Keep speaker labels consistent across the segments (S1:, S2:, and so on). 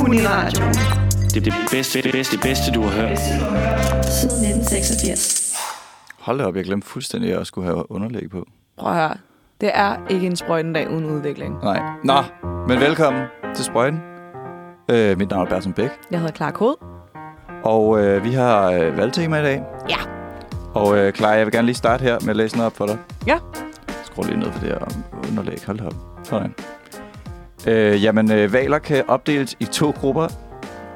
S1: Uniradio
S2: Det er det bedste, det bedste, det bedste, du har hørt.
S1: siden 1986.
S3: Hold da op, jeg glemte fuldstændig, at jeg også skulle have underlæg på.
S4: Prøv at høre. Det er ikke en sprøjtendag uden udvikling.
S3: Nej. Nå, men velkommen til Sprøjten. Øh, mit navn er Bertram Bæk,
S4: Jeg hedder Clark Hod.
S3: og øh, vi har øh, valgtema i dag.
S4: Ja.
S3: Og øh, Clara, jeg vil gerne lige starte her med at læse noget op for dig.
S4: Ja.
S3: Skru lige ned for det her underlæg. Hold da op. Sådan. Øh, jamen, øh, valer kan opdeles i to grupper.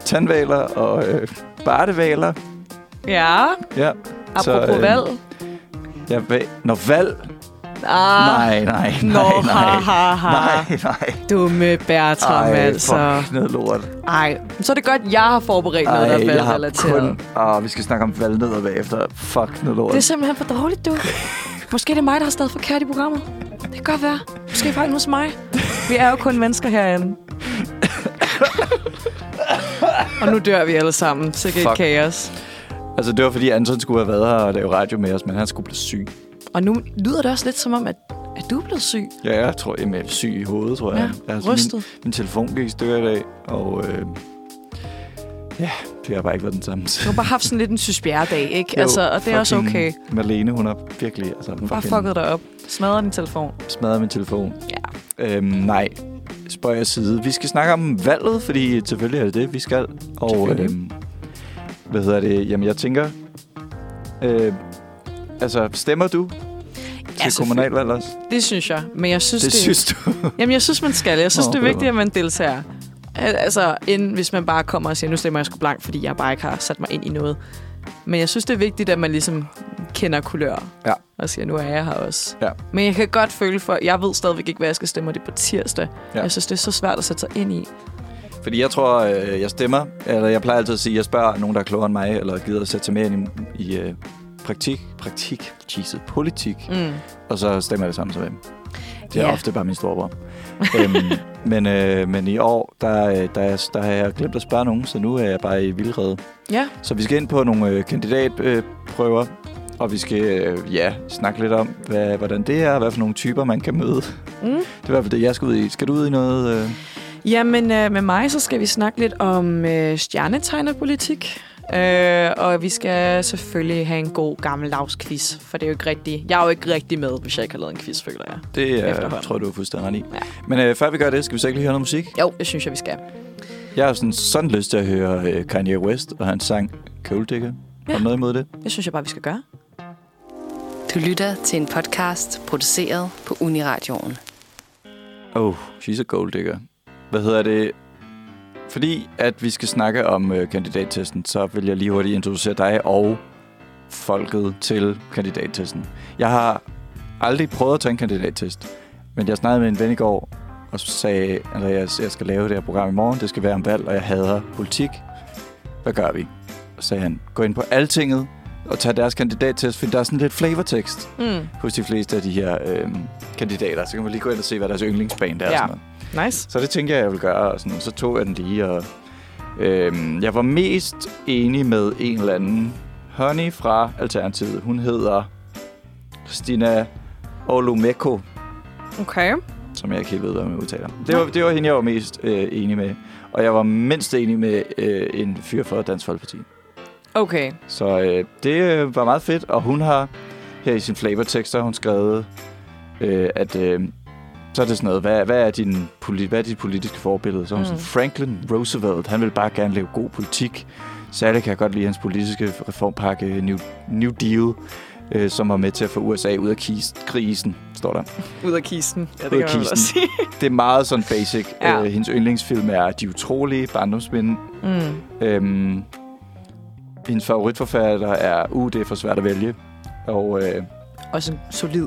S3: Tandvaler og øh, bartevaler.
S4: Ja,
S3: Ja.
S4: apropos øh, valg.
S3: Ja, va- Når valg...
S4: Ah,
S3: Nej, nej, nej,
S4: Nå, ha,
S3: nej.
S4: ha, ha.
S3: Nej, nej.
S4: Dumme Bertram, Ej, altså.
S3: fuck noget lort.
S4: Ej, så er det godt, jeg har forberedt noget,
S3: Ej,
S4: der er
S3: jeg har
S4: valgrelateret.
S3: kun... Ah, vi skal snakke om valgnødder bagefter. Fuck noget lort.
S4: Det er simpelthen for dårligt, du. Måske det er mig, der har stadig forkert i programmet. Det kan godt være. Måske er fejlen hos mig. Vi er jo kun mennesker herinde. og nu dør vi alle sammen. Sikkert
S3: Fuck.
S4: et kaos.
S3: Altså, det var fordi Anton skulle have været her og lave radio med os, men han skulle blive syg.
S4: Og nu lyder det også lidt som om, at, at du er blevet syg.
S3: Ja, jeg tror, jeg er syg i hovedet, tror jeg.
S4: Ja,
S3: altså, Min,
S4: rystet.
S3: min telefon gik i stykker i dag, og øh, ja, det har bare ikke været den samme.
S4: Du har bare haft sådan lidt en sysbjerredag, ikke? altså, og det er også okay.
S3: Marlene, hun har virkelig altså,
S4: Hun bare fucket dig op. Smadrer din telefon.
S3: smadret min telefon.
S4: Ja.
S3: Øhm, nej, spøg jeg side. Vi skal snakke om valget, fordi selvfølgelig er det det, vi skal. Og
S4: Selvfølgelig.
S3: øhm, hvad hedder det? Jamen, jeg tænker... Øh, altså, stemmer du til
S4: selvfølgelig.
S3: kommunalvalg også?
S4: Altså, Det synes jeg. Men jeg synes,
S3: Det synes du?
S4: Jamen, jeg synes, man skal. Jeg synes,
S3: Nå,
S4: Nå, det er
S3: ved du
S4: vigtigt, at man deltager. Al- Altså, end hvis man bare kommer og siger, nu stemmer jeg sgu blank, fordi jeg bare ikke har sat mig ind i noget. Men jeg synes, det er vigtigt, at man ligesom kender kulør.
S3: Ja.
S4: Og siger, nu er jeg her også.
S3: Ja.
S4: Men jeg kan godt føle for, jeg ved stadigvæk ikke, hvad jeg skal stemme, og det er på tirsdag.
S3: Ja.
S4: Ja. Jeg synes, det er så svært at sætte sig ind i.
S3: Fordi jeg tror, øh, jeg stemmer, eller jeg plejer altid at sige, at jeg spørger nogen, der er klogere end mig, eller gider at sætte sig mere ind i, i øh, praktik, praktik, Jesus, politik,
S4: Mm.
S3: og så stemmer jeg det samme som dem. Det er
S4: Ja.
S3: ofte bare min storebror. øhm, men, øh, men i år, der, øh, der, er- der har jeg glemt at spørge nogen, så nu er jeg bare i vildrede.
S4: Ja.
S3: Så vi skal ind på nogle øh, kandidatprøver, øh, prøver, og vi skal øh, ja, snakke lidt om, hvad, hvordan det er, og hvad for nogle typer, man kan møde.
S4: Mm.
S3: Det er i hvert fald det, jeg skal ud i. Skal du ud i noget? Øh?
S4: Jamen, øh, med mig så skal vi snakke lidt om øh, stjernetegnerpolitik. Øh, og vi skal selvfølgelig have en god gammel lavsquiz, for det er jo ikke rigtigt. Jeg er jo ikke rigtig med, hvis jeg ikke har lavet en quiz, føler jeg.
S3: Det øh,
S4: Efterhånden.
S3: tror jeg, du er fuldstændig ret i.
S4: Ja.
S3: Men øh, før vi gør det, skal vi så ikke lige høre noget musik?
S4: Jo, det synes jeg, vi skal.
S3: Jeg har sådan, sådan lyst til at høre øh, Kanye West og hans sang Køledikker. Ja. Har
S4: Ja.
S3: du noget imod det?
S4: Det synes jeg bare, vi skal gøre.
S5: Du lytter til en podcast produceret på Uniradioen.
S3: Oh, she's a gold digger. Hvad hedder det? Fordi at vi skal snakke om øh, kandidattesten, så vil jeg lige hurtigt introducere dig og folket til kandidattesten. Jeg har aldrig prøvet at tage en kandidattest, men jeg snakkede med en ven i går, og så sagde, at jeg, jeg skal lave det her program i morgen. Det skal være om valg, og jeg hader politik. Hvad gør vi? Og sagde han, gå ind på Altinget og tag deres kandidattest, for der er sådan lidt flavortekst
S4: Mm.
S3: hos de fleste af de her øh, kandidater. Så kan man lige gå ind og se, hvad deres yndlingsband er. Ja. Og
S4: Ja.
S3: sådan noget.
S4: Nice.
S3: Så det tænker jeg, jeg vil gøre. Og sådan, så tog jeg den lige. Og, øh, jeg var mest enig med en eller anden Honey fra Alternativet. Hun hedder Christina Olumeko,
S4: Okay.
S3: som jeg ikke helt ved, hvad man udtaler. Det var, det var hende, jeg var mest øh, enig med. Og jeg var mindst enig med øh, en fyr fra Dansk Folkeparti.
S4: Okay.
S3: Så øh, det øh, var meget fedt, og hun har her i sin flavortekster, har hun skrevet, øh, at øh, så er det sådan noget, hvad, hvad, er din poli- hvad er dit politiske forbillede? Så er hun mm.
S4: Mm.
S3: sådan, Franklin Roosevelt, han vil bare gerne lave god politik. Særligt kan jeg godt lide hans politiske reformpakke øh, New, New Deal, øh, som var med til at få USA ud af kis- krisen, står der.
S4: Ud af kisten. Ja,
S3: Ud af kisten.
S4: sige.
S3: Det er meget sådan basic. Ja.
S4: Ja.
S3: Øh, hendes yndlingsfilm er De Utrolige, Barndomsminden,
S4: Mm.
S3: Øhm, hendes favoritforfatter er UD for svært at vælge. Og øh,
S4: Også en solid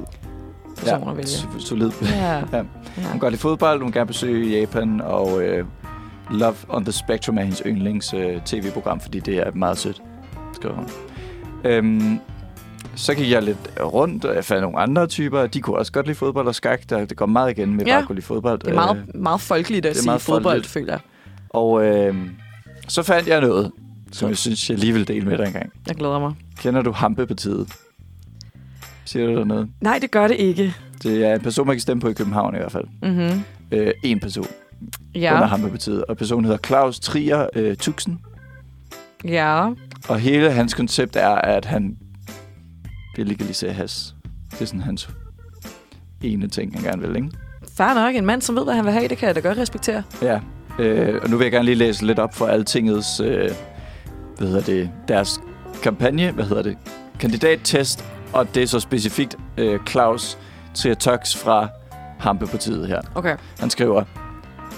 S4: person ja. at vælge.
S3: so- solid.
S4: Ja.
S3: Ja. Hun går til fodbold, hun gerne besøge Japan, og øh, Love on the Spectrum er hendes yndlings øh, tv-program, fordi det er meget sødt, skriver hun. Øhm, så gik jeg lidt rundt, og jeg fandt nogle andre typer. De kunne også godt lide fodbold og skak. Der, det går meget igen med
S4: Ja.
S3: ja. bare at kunne lide fodbold.
S4: Det er meget, meget folkeligt at
S3: Øh, det er
S4: sige
S3: meget
S4: fodbold,
S3: folkeligt.
S4: føler jeg.
S3: og øh, så fandt jeg noget, som jeg synes, jeg lige vil dele med dig engang.
S4: Jeg glæder mig.
S3: Kender du Hampepartiet? Siger du der noget?
S4: Nej, det gør det ikke.
S3: Det er en person, man kan stemme på i København i hvert fald.
S4: Mm-hmm.
S3: Øh, en person. ja. under
S4: Ja.
S3: Hammerpartiet. Og personen hedder Claus Trier øh, Tuxen.
S4: Ja.
S3: Og hele hans koncept er, at han vil legalisere has. Det er sådan hans ene ting, han gerne vil, ikke?
S4: Fair nok. En mand, som ved, hvad han vil have, det kan jeg da godt respektere.
S3: Ja. Øh, og nu vil jeg gerne lige læse lidt op for Altingets, øh, hvad hedder det, deres kampagne, hvad hedder det, kandidattest, og det er så specifikt øh, Claus Triatox fra Hampepartiet her.
S4: Okay.
S3: Han skriver,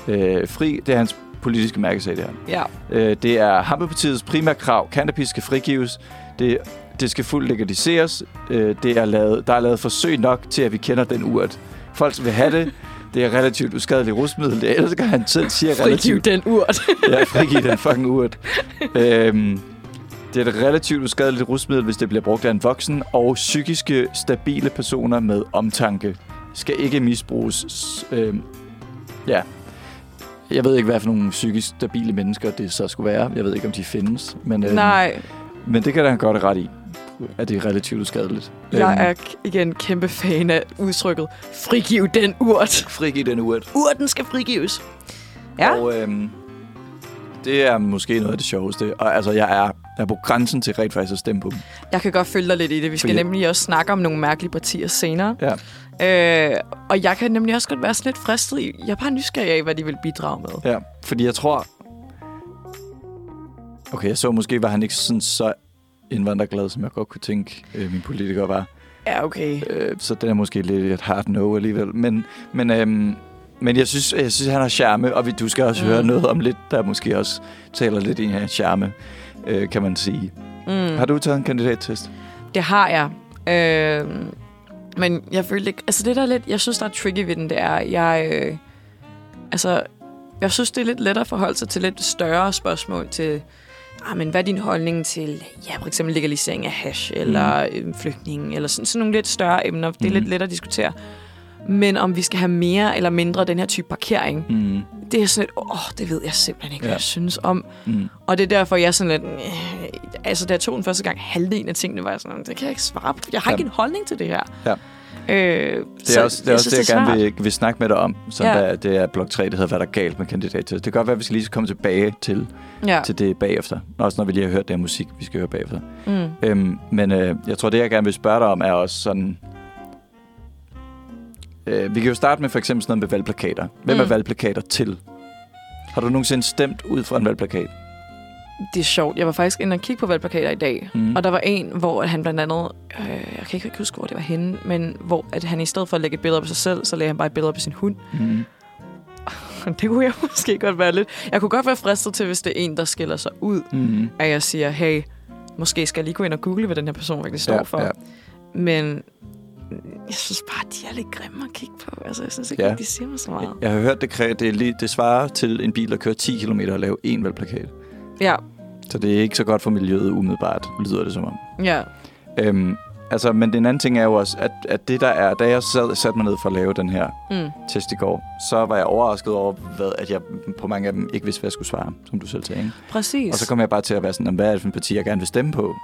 S3: øh, fri, det er hans politiske mærkesag, det her.
S4: Ja.
S3: Øh, det er Hampepartiets primære krav. Cannabis skal frigives. Det, det skal fuldt legaliseres. Øh, det er lavet, der er lavet forsøg nok til, at vi kender den urt. Folk vil have det. Det er relativt uskadeligt rusmiddel. Det elsker han selv, siger
S4: Frigiv
S3: relativt.
S4: den urt.
S3: Ja, frigiv den fucking urt. øhm, det er et relativt uskadeligt rusmiddel, hvis det bliver brugt af en voksen, og psykiske, stabile personer med omtanke skal ikke misbruges. S- Øhm, ja. Jeg ved ikke, hvad for nogle psykisk stabile mennesker det så skulle være. Jeg ved ikke, om de findes. Men, øhm,
S4: Nej,
S3: men det kan da han godt have ret i, at det er relativt uskadeligt. øhm.
S4: jeg er k- igen kæmpe fan af udtrykket. Frigiv den urt.
S3: Frigiv den urt.
S4: Urten skal frigives. Ja.
S3: Og øhm, det er måske noget af det sjoveste. Og altså, jeg er, jeg er på grænsen til rent faktisk at stemme på dem.
S4: Jeg kan godt følge dig lidt i det. Vi skal
S3: Fordi-
S4: nemlig også snakke om nogle mærkelige partier senere.
S3: Ja.
S4: Øh, og jeg kan nemlig også godt være sådan lidt fristet i. Jeg er bare nysgerrig af, hvad de vil bidrage med.
S3: Ja, fordi jeg tror... Okay, jeg så måske, var han ikke sådan så indvandrerglad, som jeg godt kunne tænke, øh, min politiker var.
S4: Ja, okay.
S3: Øh, så den er måske lidt et hard no alligevel. Men, men, øhm, men jeg, synes, jeg synes, han har charme, og vi, du skal også mm. høre noget om lidt, der måske også taler lidt ind i hans charme, øh, kan man sige. Mm. Har du taget en kandidattest?
S4: Det har jeg. Øh, men jeg følte ikke... Altså det der er lidt... Jeg synes, der er tricky ved den, det er... Jeg, øh, altså, jeg synes, det er lidt lettere at forholde sig til lidt større spørgsmål til... Ah, men hvad er din holdning til, ja, for eksempel legalisering af hash, eller mm. flygtninge, eller sådan, sådan nogle lidt større emner. Det er mm. lidt lettere at diskutere. Men om vi skal have mere eller mindre af den her type parkering,
S3: Mm.
S4: det er sådan lidt, åh, det ved jeg simpelthen ikke, ja.
S3: Ja.
S4: hvad jeg synes om.
S3: Mm.
S4: Og det er derfor, jeg er sådan lidt, øh, altså da jeg tog den første gang, halvdelen af tingene var jeg sådan, det kan jeg ikke svare på, jeg har
S3: Ja.
S4: ikke en holdning til det her.
S3: Ja.
S4: Øh,
S3: Det er også det, er også det jeg gerne vil, vil snakke med dig om. Som
S4: Ja.
S3: ja. der, det er blok 3, det hedder, hvad der er galt med kandidattest. Det kan godt være, at vi skal lige komme tilbage til,
S4: Ja.
S3: til det bagefter. Også når vi lige har hørt det her musik, vi skal høre bagefter.
S4: Mm.
S3: Øhm, men øh, jeg tror, det jeg gerne vil spørge dig om, er også sådan... Øh, vi kan jo starte med for eksempel sådan noget med valgplakater. Hvem mm. er
S4: Mm.
S3: valgplakater til? Har du nogensinde stemt ud fra en valgplakat?
S4: Det er sjovt. Jeg var faktisk inde og kigge på valgplakater i dag,
S3: Mm.
S4: og der var en, hvor at han blandt andet, øh, jeg kan ikke huske, hvor det var henne, men hvor at han i stedet for at lægge et billede op af sig selv, så lagde han bare et billede op af sin hund.
S3: Mm.
S4: det kunne jeg måske godt være lidt. Jeg kunne godt være fristet til, hvis det er en, der skiller sig ud,
S3: Mm.
S4: at jeg siger, hey, måske skal jeg lige gå ind og google, hvad den her person virkelig står ja, for. Ja. Men jeg synes bare, de er lidt grimme at kigge på. Altså, jeg synes ikke,
S3: Ja.
S4: ja. de siger mig så meget.
S3: Jeg har hørt, det, kræ- det, er lige, det svarer til en bil, der kører 10 km og lave én valgplakat.
S4: Ja,
S3: Så det er ikke så godt for miljøet umiddelbart, lyder det som om.
S4: ja.
S3: Øhm, altså, men den anden ting er jo også, at, at det der er, da jeg sad, satte mig ned for at lave den her
S4: Mm.
S3: test i går, så var jeg overrasket over, hvad, at jeg på mange af dem ikke vidste, hvad jeg skulle svare, som du selv sagde. Ikke?
S4: Præcis.
S3: Og så kom jeg bare til at være sådan, "Jamen, hvad er det for en parti, jeg gerne vil stemme på?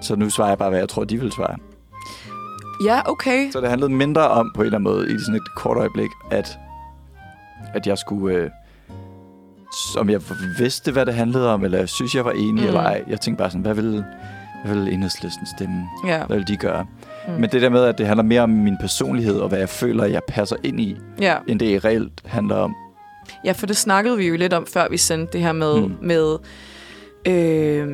S3: Så nu svarer jeg bare, hvad jeg tror, de vil svare.
S4: Ja, okay.
S3: Så det handlede mindre om, på en eller anden måde, i sådan et kort øjeblik, at, at jeg skulle... Øh, om jeg vidste, hvad det handlede om, eller jeg synes, jeg var enig
S4: Mm.
S3: mm. eller ej. Jeg tænkte bare sådan, hvad vil, hvad vil enhedslisten stemme?
S4: Ja,
S3: Hvad vil de gøre?
S4: Mm.
S3: Mm. Men det der med, at det handler mere om min personlighed, og hvad jeg føler, jeg passer ind i,
S4: ja.
S3: end det reelt handler om.
S4: ja, for det snakkede vi jo lidt om, før vi sendte det her med, mm.
S3: Mm.
S4: med øh,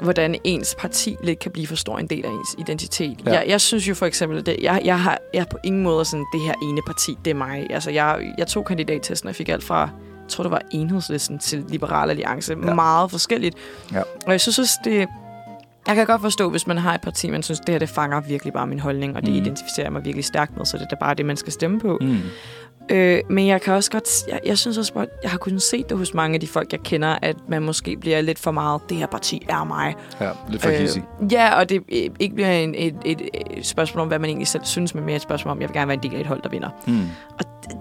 S4: hvordan ens parti lidt kan blive for stor en del af ens identitet. Ja.
S3: Ja.
S4: Jeg, jeg synes jo for eksempel, at det, jeg, jeg, har, jeg er på ingen måde sådan, det her ene parti, det er mig. Altså, jeg, jeg tog kandidattesten, og jeg fik alt fra, jeg tror det var enhedslisten til Liberal Alliance. Ja.
S3: Ja.
S4: Meget forskelligt.
S3: Ja.
S4: Og jeg synes også, det... Jeg kan godt forstå, hvis man har et parti, man synes, det her det fanger virkelig bare min holdning, og det mm.
S3: Mhm.
S4: identificerer jeg mig virkelig stærkt med, så det er da bare det, man skal stemme på.
S3: Mm.
S4: Øh, men jeg kan også godt... Jeg, jeg synes også, at jeg har kunnet se det hos mange af de folk, jeg kender, at man måske bliver lidt for meget, det her parti er mig.
S3: Ja, lidt for øh,
S4: ja, og det øh, ikke bliver en, et, et, et spørgsmål om, hvad man egentlig selv synes, men mere et spørgsmål om, jeg vil gerne være en del af et hold, der vinder.
S3: mm.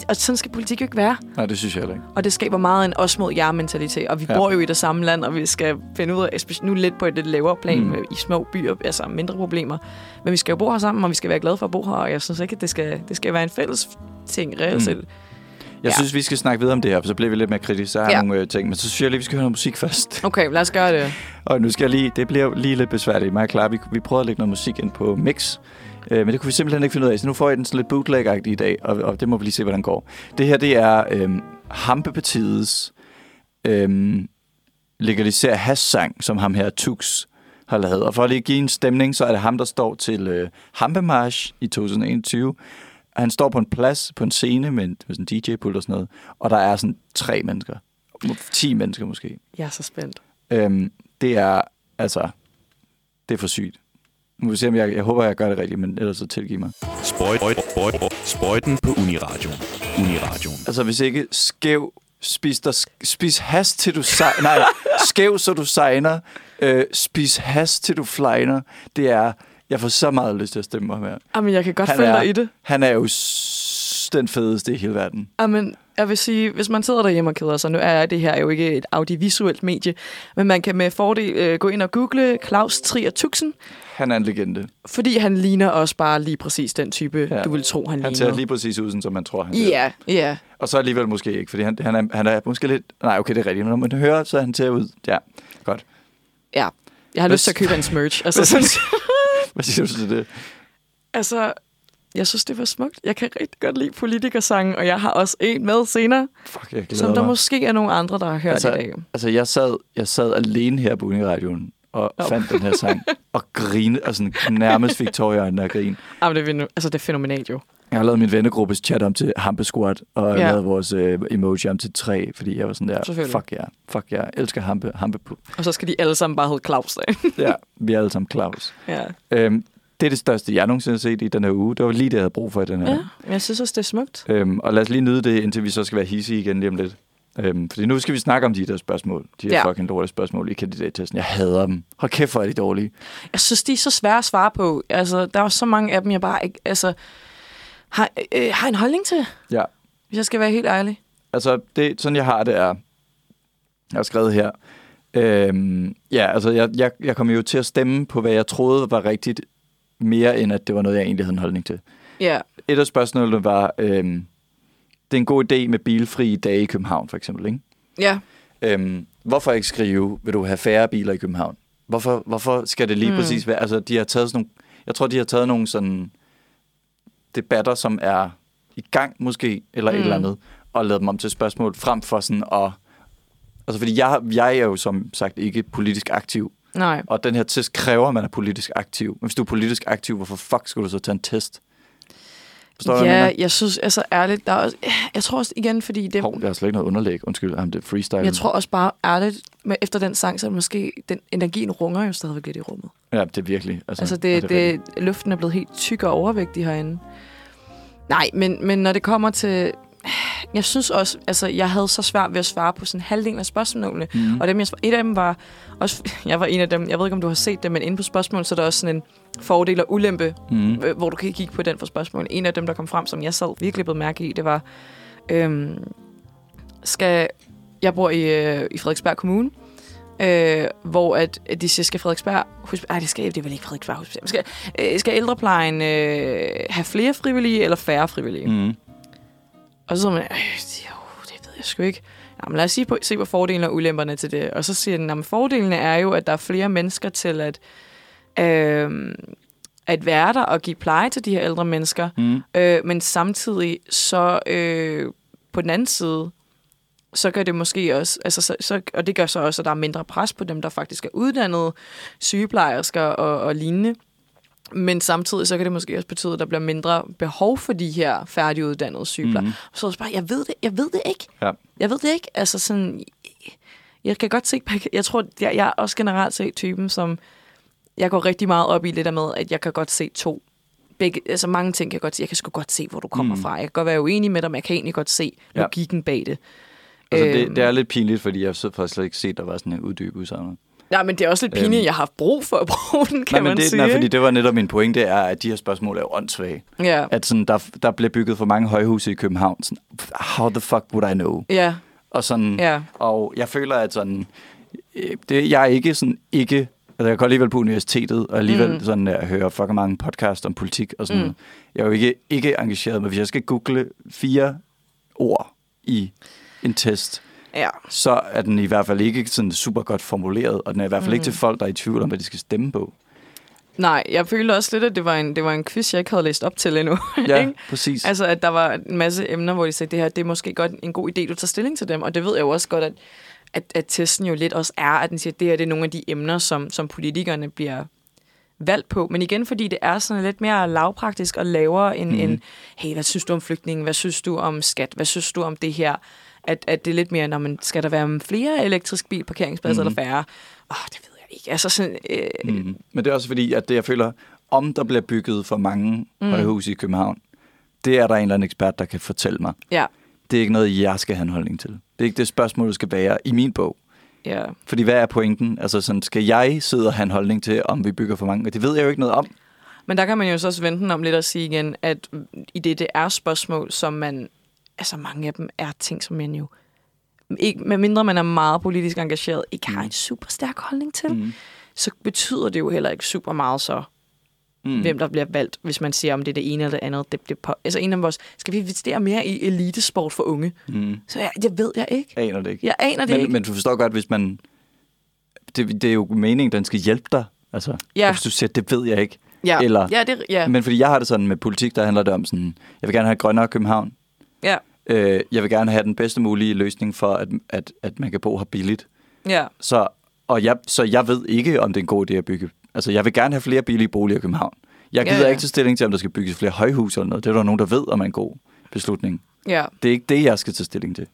S4: Og sådan skal politik jo ikke være.
S3: Nej, det synes jeg heller ikke.
S4: Og det skaber meget en os mod jer mentalitet. Og vi ja.
S3: Ja.
S4: bor jo i det samme land, og vi skal finde ud af, speci- nu lidt på et lidt lavere plan
S3: Mm.
S4: mm. i små byer, altså mindre problemer. Men vi skal jo bo her sammen, og vi skal være glade for at bo her, og jeg synes ikke, at det skal, det skal være en fælles ting reelt
S3: Mm.
S4: mm. set.
S3: Jeg
S4: Ja.
S3: ja. synes, vi skal snakke videre om det her, for så bliver vi lidt mere kritiske. Så har jeg
S4: Ja.
S3: ja. nogle øh, ting, men så synes jeg lige, vi skal høre noget musik først.
S4: Okay, lad os gøre det.
S3: Og nu skal jeg lige, det bliver lige lidt besværligt. Mig og Clara, vi, vi prøvede at lægge noget musik ind på mix, øh, men det kunne vi simpelthen ikke finde ud af. Så nu får I den sådan lidt bootleg i dag, og, og det må vi lige se, hvordan det går. Det her, det er øh, Hampepartiets øh, legaliser hash-sang, som ham her Tux har lavet. Og for at lige give en stemning, så er det ham, der står til øh, Hampemarsch i 2021. Han står på en plads, på en scene med, en, med sådan en DJ-pult og sådan noget, og der er sådan tre mennesker. Ti mennesker måske.
S4: Jeg er så spændt.
S3: Øhm, det er, altså, det er for sygt. Nu må vi se, om jeg, jeg håber, jeg gør det rigtigt, men ellers så tilgiv mig.
S6: Sprøjt, sprøjt, sprøjt, sprøjten på Uniradion. Uniradion.
S3: Altså, hvis ikke skæv, spis, der, spis has til du sejner. Nej, skæv, så du sejner. Øh, spis has til du flyner. Det er, jeg får så meget lyst til at stemme mig her.
S4: Jamen, jeg kan godt følge dig i det.
S3: han er jo s- den fedeste i hele verden.
S4: Jamen, jeg vil sige, hvis man sidder derhjemme og keder sig, nu er det her jo ikke et audiovisuelt medie, men man kan med fordel øh, gå ind og google Claus Trier Tuxen,
S3: Han er en legende.
S4: fordi han ligner også bare lige præcis den type, ja.
S3: Ja.
S4: du vil tro, han,
S3: Han
S4: ligner.
S3: ser lige præcis ud, sådan, som man tror, han gør.
S4: Ja, ja.
S3: Og så alligevel måske ikke, fordi han, han, er, han er måske lidt... Nej, okay, det er rigtigt. Men når man hører, så er han til ud. Ja, godt.
S4: ja. Jeg har
S3: Hvis-
S4: lyst til at købe hans merch. Altså, sådan,
S3: Hvad siger du til det?
S4: altså, jeg synes, det var smukt. Jeg kan rigtig godt lide politikersangen, og jeg har også en med senere,
S3: Fuck, jeg glæder
S4: som der
S3: mig.
S4: måske er nogle andre, der har hørt altså, i dag.
S3: altså jeg, sad, jeg sad alene her på Uniradioen og
S4: Nå.
S3: oh. fandt den her sang og grinede, og sådan nærmest fik tårer i øjnene af grin.
S4: Jamen, det, er, vin- altså, det er fænomenalt jo.
S3: Jeg har lavet min vennegruppes chat om til Hampe Squad, og jeg
S4: Ja.
S3: ja. lavede vores øh, emoji om til 3, fordi jeg var sådan der,
S4: Selvfølgelig.
S3: fuck ja, yeah, fuck ja, yeah, elsker Hampe, Hampe.
S4: Og så skal de alle sammen bare hedde Claus.
S3: ja, vi er alle sammen Claus.
S4: ja.
S3: Øhm, det er det største, jeg nogensinde har set i den her uge. Det var lige det, jeg havde brug for i den her.
S4: ja, men jeg synes også, det er smukt.
S3: Øhm, og lad os lige nyde det, indtil vi så skal være hisse igen lige om lidt. Øhm, fordi nu skal vi snakke om de der spørgsmål. De her
S4: Ja.
S3: ja. fucking dårlige spørgsmål i kandidattesten. Jeg hader dem. Hold kæft, hvor er de dårlige.
S4: Jeg synes, de er så svære at svare på. Altså, der er jo så mange af dem, jeg bare ikke altså, har, øh, har en holdning til,
S3: Ja.
S4: hvis jeg skal være helt ærlig.
S3: Altså, det, sådan jeg har det er... Jeg har skrevet her. Øhm, ja, altså, jeg, jeg, jeg kom jo til at stemme på, hvad jeg troede var rigtigt, mere end at det var noget, jeg egentlig havde en holdning til.
S4: Ja.
S3: Et af spørgsmålene var, øhm, det er en god idé med bilfrie dage i København, for eksempel, ikke?
S4: Ja.
S3: Øhm, hvorfor ikke skrive, vil du have færre biler i København? Hvorfor, hvorfor skal det lige mm. præcis være? Altså, de har taget sådan nogle, jeg tror, de har taget nogle sådan debatter, som er i gang måske, eller mm. et eller andet, og lavet dem om til spørgsmål, frem for sådan at... Altså, fordi jeg, jeg er jo som sagt ikke politisk aktiv,
S4: Nej.
S3: og den her test kræver, at man er politisk aktiv. Men hvis du er politisk aktiv, hvorfor fuck skulle du så tage en test? Forstår du, hvad jeg
S4: ja,
S3: mener?
S4: jeg synes, altså ærligt, der er også, jeg tror også igen, fordi det,
S3: Hov, jeg har slet ikke noget underlæg. Undskyld, ham det er freestyle.
S4: jeg tror også bare ærligt, med, efter den sang, så er det måske, den energien runger jo stadigvæk lidt i rummet.
S3: Ja, det er virkelig. Altså,
S4: Altså,
S3: er
S4: det,
S3: rigtigt.
S4: det, luften er blevet helt tyk og overvægtig herinde. Nej, men, men når det kommer til... Jeg synes også, altså, jeg havde så svært ved at svare på sådan halvdelen af spørgsmålene. Mm. Og dem, jeg, svar- et af dem var også... Jeg var en af dem, jeg ved ikke, om du har set det, men inde på spørgsmålet, så er der også sådan en fordel og ulempe, mm. hvor du kan kigge på den for spørgsmål. En af dem, der kom frem, som jeg sad virkelig blev mærke i, det var... Øhm, skal... Jeg bor i, øh, i Frederiksberg Kommune, øh, hvor at de siger, skal Frederiksberg... Husp- Ej, det skal det er vel ikke Frederiksberg Hospital. Skal, øh, skal ældreplejen øh, have flere frivillige eller færre frivillige? Mm. Og så siger man, øh, jo, det ved jeg sgu ikke. Jamen, lad os sige på, se på fordelene og ulemperne til det. Og så siger den, at fordelene er jo, at der er flere mennesker til at, øh, at være der og give pleje til de her ældre mennesker. Mm. Øh, men samtidig så øh, på den anden side, så gør det måske også, altså, så, så, og det gør så også, at der er mindre pres på dem, der faktisk er uddannede sygeplejersker og, og lignende. Men samtidig så kan det måske også betyde, at der bliver mindre behov for de her færdiguddannede sygeplejersker. Mm. Så er det bare, jeg ved det, jeg ved det ikke.
S3: Ja.
S4: Jeg ved det ikke. Altså sådan, jeg kan godt se, jeg tror, jeg, jeg er også generelt set typen, som jeg går rigtig meget op i det der med, at jeg kan godt se to. Begge, altså mange ting kan jeg godt se. Jeg kan sgu godt se, hvor du kommer mm. fra. Jeg kan godt være uenig med dig, men jeg kan egentlig godt se
S3: Ja.
S4: logikken bag det.
S3: Altså,
S4: Øhm.
S3: det, det er lidt pinligt, fordi jeg så faktisk slet ikke set, der var sådan en uddyb udsagnet.
S4: Nej, men det er også lidt pinligt, øhm. jeg har haft brug for at bruge den, kan
S3: Nej,
S4: man
S3: men det,
S4: sige.
S3: nej,
S4: ikke?
S3: fordi det var netop min pointe, er, at de her spørgsmål er jo åndssvage.
S4: Ja.
S3: At sådan, der, der blev bygget for mange højhuse i København. Sådan, how the fuck would I know?
S4: Ja,
S3: Og, sådan,
S4: Ja.
S3: og jeg føler, at sådan, øh, det, jeg er ikke sådan ikke... Altså, jeg går alligevel på universitetet, og alligevel mm. sådan, jeg hører fucking mange podcasts om politik og sådan mm. Jeg er jo ikke, ikke engageret, men hvis jeg skal google fire ord i en test,
S4: Ja.
S3: så er den i hvert fald ikke sådan super godt formuleret, og den er i hvert fald mm. ikke til folk, der er i tvivl om, hvad de skal stemme på.
S4: Nej, jeg følte også lidt, at det var en, det var en quiz, jeg ikke havde læst op til endnu.
S3: Ja,
S4: ikke?
S3: præcis. Altså,
S4: Altså, at der var en masse emner, hvor de sagde, det her det er måske godt en god idé, du tager stilling til dem. Og det ved jeg jo også godt, at, at, at testen jo lidt også er, at den siger, at det her det er nogle af de emner, som, som politikerne bliver valgt på. Men igen, fordi det er sådan lidt mere lavpraktisk og lavere end, mm.
S3: Mhm.
S4: end hey, hvad synes du om flygtninge? Hvad synes du om skat? Hvad synes du om det her? At, at det er lidt mere, når man skal der være flere elektrisk bilparkeringspladser
S3: Mhm.
S4: mm. eller færre? Åh, oh, det ved jeg ikke. Altså sådan, øh, mm.
S3: Men det er også fordi, at det, jeg føler, om der bliver bygget for mange mm. højhuse i København, det er der en eller anden ekspert, der kan fortælle mig.
S4: ja,
S3: Det er ikke noget, jeg skal have en holdning til. Det er ikke det spørgsmål, det skal være i min bog.
S4: ja.
S3: Fordi hvad er pointen? Altså sådan, skal jeg sidde og have en holdning til, om vi bygger for mange? Og det ved jeg jo ikke noget om.
S4: Men der kan man jo så også vente den om lidt og sige igen, at i det, det er spørgsmål, som man... Altså mange af dem er ting, som man jo... Ikke, med mindre man er meget politisk engageret, ikke har en super stærk holdning til, mm. så betyder det jo heller ikke super meget så, mm. hvem der bliver valgt, hvis man siger, om det er det ene eller det andet. Det, det, på- altså en af vores, skal vi investere mere i elitesport for unge? Mm. Så jeg, det ved jeg ikke.
S3: Aner det ikke.
S4: Jeg aner det
S3: men,
S4: ikke.
S3: Men du forstår godt, hvis man... Det, det er jo meningen, den skal hjælpe dig. Altså,
S4: Ja.
S3: ja. hvis du siger, det ved jeg ikke. Eller,
S4: ja, det, ja.
S3: Men fordi jeg har det sådan med politik, der handler det om sådan, jeg vil gerne have grønnere København.
S4: ja,
S3: Øh, jeg vil gerne have den bedste mulige løsning for, at, at, at man kan bo her billigt.
S4: ja,
S3: Så, og jeg, så jeg ved ikke, om det er en god idé at bygge. Altså, jeg vil gerne have flere billige boliger i København. Jeg
S4: Ja,
S3: gider ja,
S4: ja.
S3: ja. ikke til stilling til, om der skal bygges flere højhuse eller noget. Det er der nogen, der ved, om er en god beslutning.
S4: ja.
S3: Det er ikke det, jeg skal tage stilling til.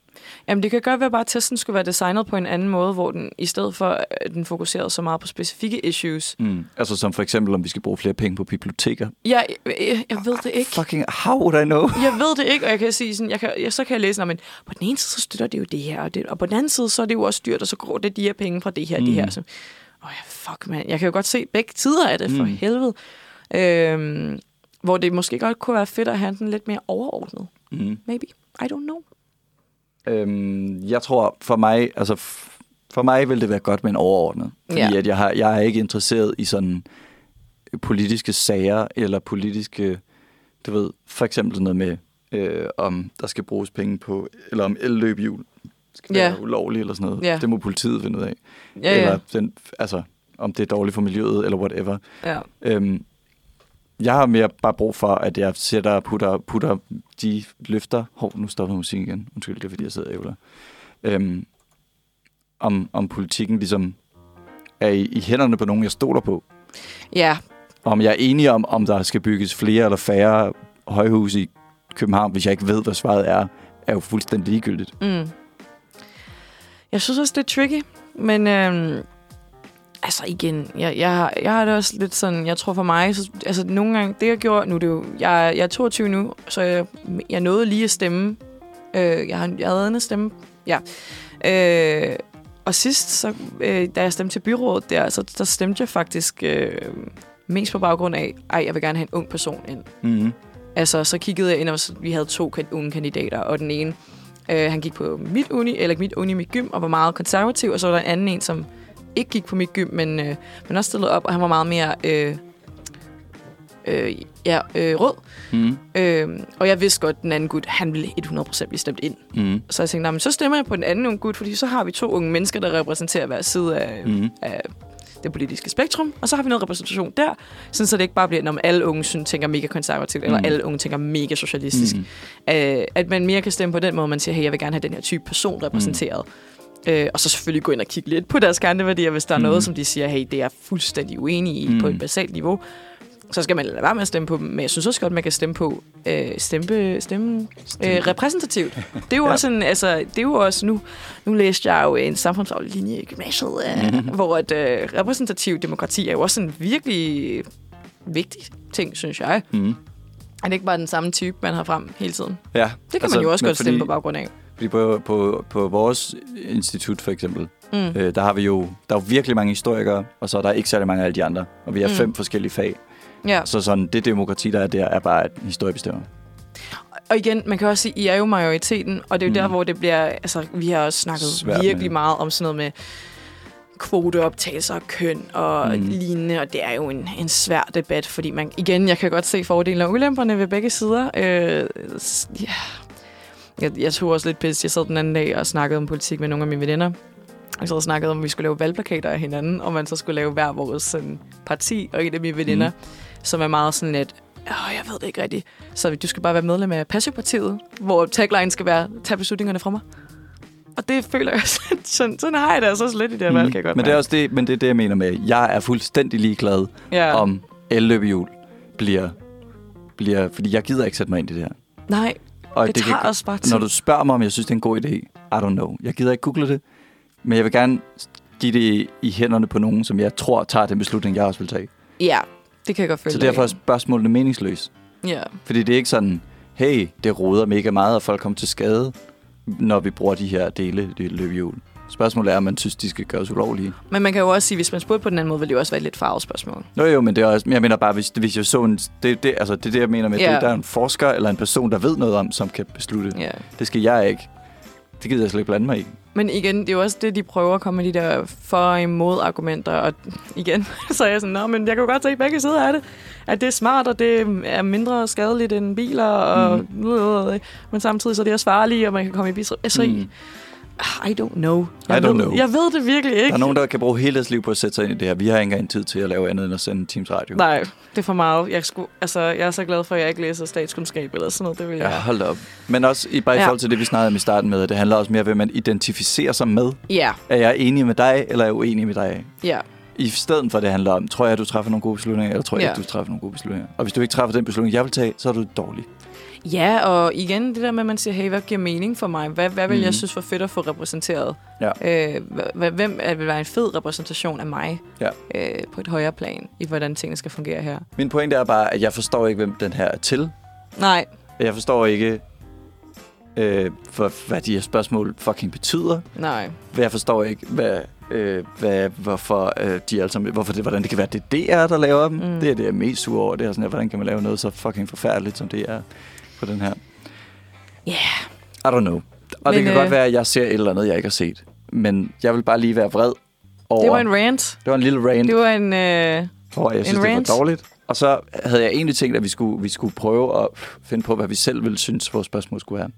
S4: Jamen, det kan godt være bare, at testen skulle være designet på en anden måde, hvor den i stedet for, at den fokuserede så meget på specifikke issues.
S3: Mm. Altså som for eksempel, om vi skal bruge flere penge på biblioteker.
S4: Jeg, jeg, jeg ved det ikke.
S3: Fucking how would I know?
S4: Jeg ved det ikke, og jeg kan sige sådan, jeg kan, jeg, så kan jeg læse, men på den ene side, så støtter det jo det her, og, det, og på den anden side, så er det jo også dyrt, og så går det de her penge fra det her, mm. det her. Så, åh, ja, fuck, mand. Jeg kan jo godt se begge sider af det, for mm. helvede. Øhm, hvor det måske godt kunne være fedt at have den lidt mere overordnet. Mm. Maybe. I don't know.
S3: Øhm, jeg tror for mig, altså f- for mig vil det være godt med en overordnet. Fordi
S4: Ja.
S3: ja. at jeg, har, jeg er ikke interesseret i sådan politiske sager eller politiske, du ved, for eksempel sådan noget med, øh, om der skal bruges penge på, eller om elløbehjul skal
S4: Ja.
S3: være ulovlige eller sådan noget.
S4: Ja.
S3: Det må politiet finde ud af.
S4: Ja,
S3: eller
S4: ja.
S3: Den, altså, om det er dårligt for miljøet eller whatever.
S4: Ja.
S3: Øhm, jeg har mere bare brug for, at jeg sætter og putter, putter de løfter... Hov, nu stopper musikken igen. Undskyld, det er fordi, jeg sidder og ævler. Øhm, om, om politikken ligesom er i, i hænderne på nogen, jeg stoler på.
S4: Ja,
S3: Om jeg er enig om, om der skal bygges flere eller færre højhuse i København, hvis jeg ikke ved, hvad svaret er, er jo fuldstændig ligegyldigt.
S4: Mm. Jeg synes også, det er tricky, men øhm, altså igen, jeg, jeg, har- jeg har det også lidt sådan, jeg tror for mig, så, altså nogle gange, det jeg gjorde, nu er det jo, jeg, er- jeg er 22 nu, så jeg, jeg nåede lige at stemme. Øh, jeg, har, jeg havde en at stemme, ja. Øh, og sidst, så, øh, da jeg stemte til byrådet der, så der stemte jeg faktisk øh, mest på baggrund af, ej, jeg vil gerne have en ung person ind.
S3: Mm-hmm.
S4: Altså, så kiggede jeg ind, og så- vi havde to kan- unge kandidater, og den ene, øh, han gik på mit uni, eller ikke mit uni, mit gym, og var meget konservativ, og så var der en anden en, som ikke gik på mit gym, men, øh, men også stillede op, og han var meget mere øh, øh, ja, øh, rød.
S3: Mm-hmm.
S4: Øh, og jeg vidste godt, at den anden gut, han ville 100% blive stemt ind.
S3: Mm-hmm.
S4: Så jeg tænkte, "Nå, men så stemmer jeg på den anden unge gut, fordi så har vi to unge mennesker, der repræsenterer hver side af, mm.
S3: Mhm.
S4: af det politiske spektrum, og så har vi noget repræsentation der, sådan så det ikke bare bliver, når alle unge synes, tænker mega konservativt, mm. eller alle unge tænker mega socialistisk. Mm. Øh, at man mere kan stemme på den måde, man siger, hey, jeg vil gerne have den her type person repræsenteret. Mm. Øh, og så selvfølgelig gå ind og kigge lidt på deres kerneværdier, hvis der mm. er noget, som de siger, hey, det er jeg fuldstændig uenig i mm. på et basalt niveau. Så skal man lade være med at stemme på dem, men jeg synes også godt, man kan stemme på øh, stemme, stemme øh, repræsentativt. Det er jo også en, altså, det er jo også, nu, nu læste jeg jo en samfundsfaglig linje i gymnasiet, øh, hvor et øh, repræsentativ demokrati er jo også en virkelig vigtig ting, synes jeg.
S3: Mhm.
S4: Er det ikke bare den samme type, man har frem hele tiden?
S3: Ja,
S4: Det kan altså, man jo også
S3: men
S4: godt fordi... stemme på baggrund af.
S3: Fordi på, på, på vores institut for eksempel, mm. øh, der har vi jo der er jo virkelig mange historikere, og så er der ikke særlig mange af alle de andre. Og vi har mm. fem forskellige fag.
S4: Ja.
S3: Så sådan, det demokrati, der er der, er bare at historie bestemmer.
S4: Og igen, man kan også sige, I er jo majoriteten, og det er jo mm. der, hvor det bliver... Altså, vi har også snakket
S3: Svært
S4: Svært
S3: med.
S4: virkelig meget om sådan noget med kvoteoptagelser og køn og mm. lignende, og det er jo en, en svær debat, fordi man... Igen, jeg kan godt se fordelene og ulemperne ved begge sider. Øh, s- ja. Jeg, jeg tog også lidt pis. Jeg sad den anden dag og snakkede om politik med nogle af mine veninder. Og så havde snakket om, at vi skulle lave valgplakater af hinanden, og man så skulle lave hver vores sådan, parti, og en af mine veninder, mm. som er meget sådan lidt, Åh, jeg ved det ikke rigtigt. Så du skal bare være medlem af Passivpartiet, hvor tagline skal være, tag beslutningerne fra mig. Og det føler jeg sådan, sådan, sådan har jeg det altså også lidt i det her valg, kan jeg godt
S3: Mm. men det er
S4: mærke.
S3: også det, men det, er det, jeg mener med, jeg er fuldstændig ligeglad
S4: ja.
S3: ja. om elløbehjul bliver, bliver... Fordi jeg gider ikke sætte mig ind i det her.
S4: Nej,
S3: Og
S4: det, det tager også bare tid.
S3: Når du spørger mig, om jeg synes, det er en god idé, I don't know. Jeg gider ikke google det, men jeg vil gerne give det i hænderne på nogen, som jeg tror tager den beslutning, jeg også vil tage.
S4: Ja, det kan jeg godt føle.
S3: Så
S4: dig
S3: derfor er
S4: i.
S3: spørgsmålene meningsløse.
S4: Ja.
S3: Fordi det er ikke sådan, hey, det roder mega meget, og folk kommer til skade, når vi bruger de her dele i løbehjul. Spørgsmålet er, om man synes, de skal gøres ulovlige.
S4: Men man kan jo også sige, hvis man spurgte på den anden måde, ville det jo også være et lidt farvet spørgsmål.
S3: Nå jo, men det er også, men jeg mener bare, hvis, hvis jeg så en, det, det, altså det er det, jeg mener med,
S4: Ja.
S3: det, der er en forsker eller en person, der ved noget om, som kan beslutte.
S4: Ja.
S3: Det skal jeg ikke. Det gider jeg slet ikke blande mig i.
S4: Men igen, det er jo også det, de prøver at komme med de der for og imod argumenter. Og igen, så er jeg sådan, Nå, men jeg kan jo godt se begge sider af det. At det er smart, og det er mindre skadeligt end biler. Og, mm. Men samtidig så er det også farligt, og man kan komme i bis. Altså, mm. I don't know. Jeg
S3: don't
S4: ved,
S3: know.
S4: Jeg ved det virkelig ikke.
S3: Der er nogen, der kan bruge hele deres liv på at sætte sig ind i det her. Vi har ikke engang tid til at lave andet end at sende Teams Radio.
S4: Nej, det er for meget. Jeg, skulle, altså, jeg er så glad for, at jeg ikke læser statskundskab eller sådan noget. Det vil
S3: Ja,
S4: jeg.
S3: hold da op. Men også i, bare i
S4: Ja.
S3: forhold til det, vi snakkede om i starten med, at det handler også mere om, hvad man identificerer sig med.
S4: Ja,
S3: Er jeg enig med dig, eller er jeg uenig med dig?
S4: ja.
S3: I stedet for, at det handler om, tror jeg, du træffer nogle gode beslutninger, eller tror jeg
S4: Ja.
S3: ikke, du træffer nogle gode beslutninger? Og hvis du ikke træffer den beslutning, jeg vil tage, så er du dårlig.
S4: Ja, og igen det der med, at man siger, hey, hvad giver mening for mig? Hvad, hvad vil mm. jeg synes var fedt at få repræsenteret?
S3: Ja.
S4: Øh, hva- hva- hvem er, vil være en fed repræsentation af mig
S3: Ja.
S4: øh, på et højere plan, i hvordan tingene skal fungere her?
S3: Min pointe er bare, at jeg forstår ikke, hvem den her er til.
S4: Nej,
S3: Jeg forstår ikke, øh, for, hvad de her spørgsmål fucking betyder.
S4: nej.
S3: Jeg forstår ikke, hvad, øh, hvad, hvorfor, øh, de alle sammen, hvorfor det, hvordan det kan være, det er DR, der laver dem. Mm. Det er det, jeg er mest sur over. Det er sådan, at, hvordan kan man lave noget så fucking forfærdeligt, som det er på den her.
S4: Ja.
S3: I don't know. Og Men,
S4: Men,
S3: det kan øh...
S4: øh,
S3: godt være, at jeg ser et eller andet, jeg ikke har set. Men jeg vil bare lige være vred over...
S4: Det var en rant.
S3: det var en lille rant,
S4: Det var en... Øh,
S3: hvor jeg
S4: en
S3: synes, det
S4: rant.
S3: var dårligt. Og så havde jeg egentlig tænkt, at vi skulle, vi skulle prøve at finde på, hvad vi selv ville synes, vores spørgsmål skulle være.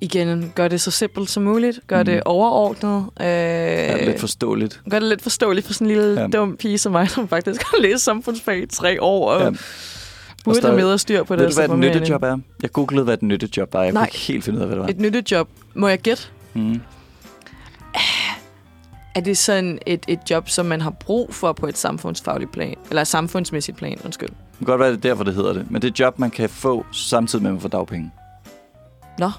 S4: igen, gør det så simpelt som muligt. Gør mm. det overordnet. Øh,
S3: Ja, lidt forståeligt.
S4: Gør det lidt forståeligt for sådan en lille
S3: Ja.
S4: ja. dum pige som mig, som faktisk har læst samfundsfag i tre år, og
S3: Ja.
S4: ja. burde
S3: stadig-
S4: have mere styr på det.
S3: Ved du,
S4: så
S3: hvad et
S4: formentlig.
S3: nyttejob er? Jeg googlede, hvad et nyttejob var. Jeg
S4: Nej.
S3: kunne ikke helt finde ud af, hvad det var.
S4: Et nyttejob. Må jeg gætte?
S3: Mm.
S4: Er det sådan et, et job, som man har brug for på et samfundsfagligt plan? Eller samfundsmæssigt plan, undskyld.
S3: Det kan godt være, det er derfor, det hedder det. Men det er et job, man kan få samtidig med, at man får dagpenge.
S4: Ja,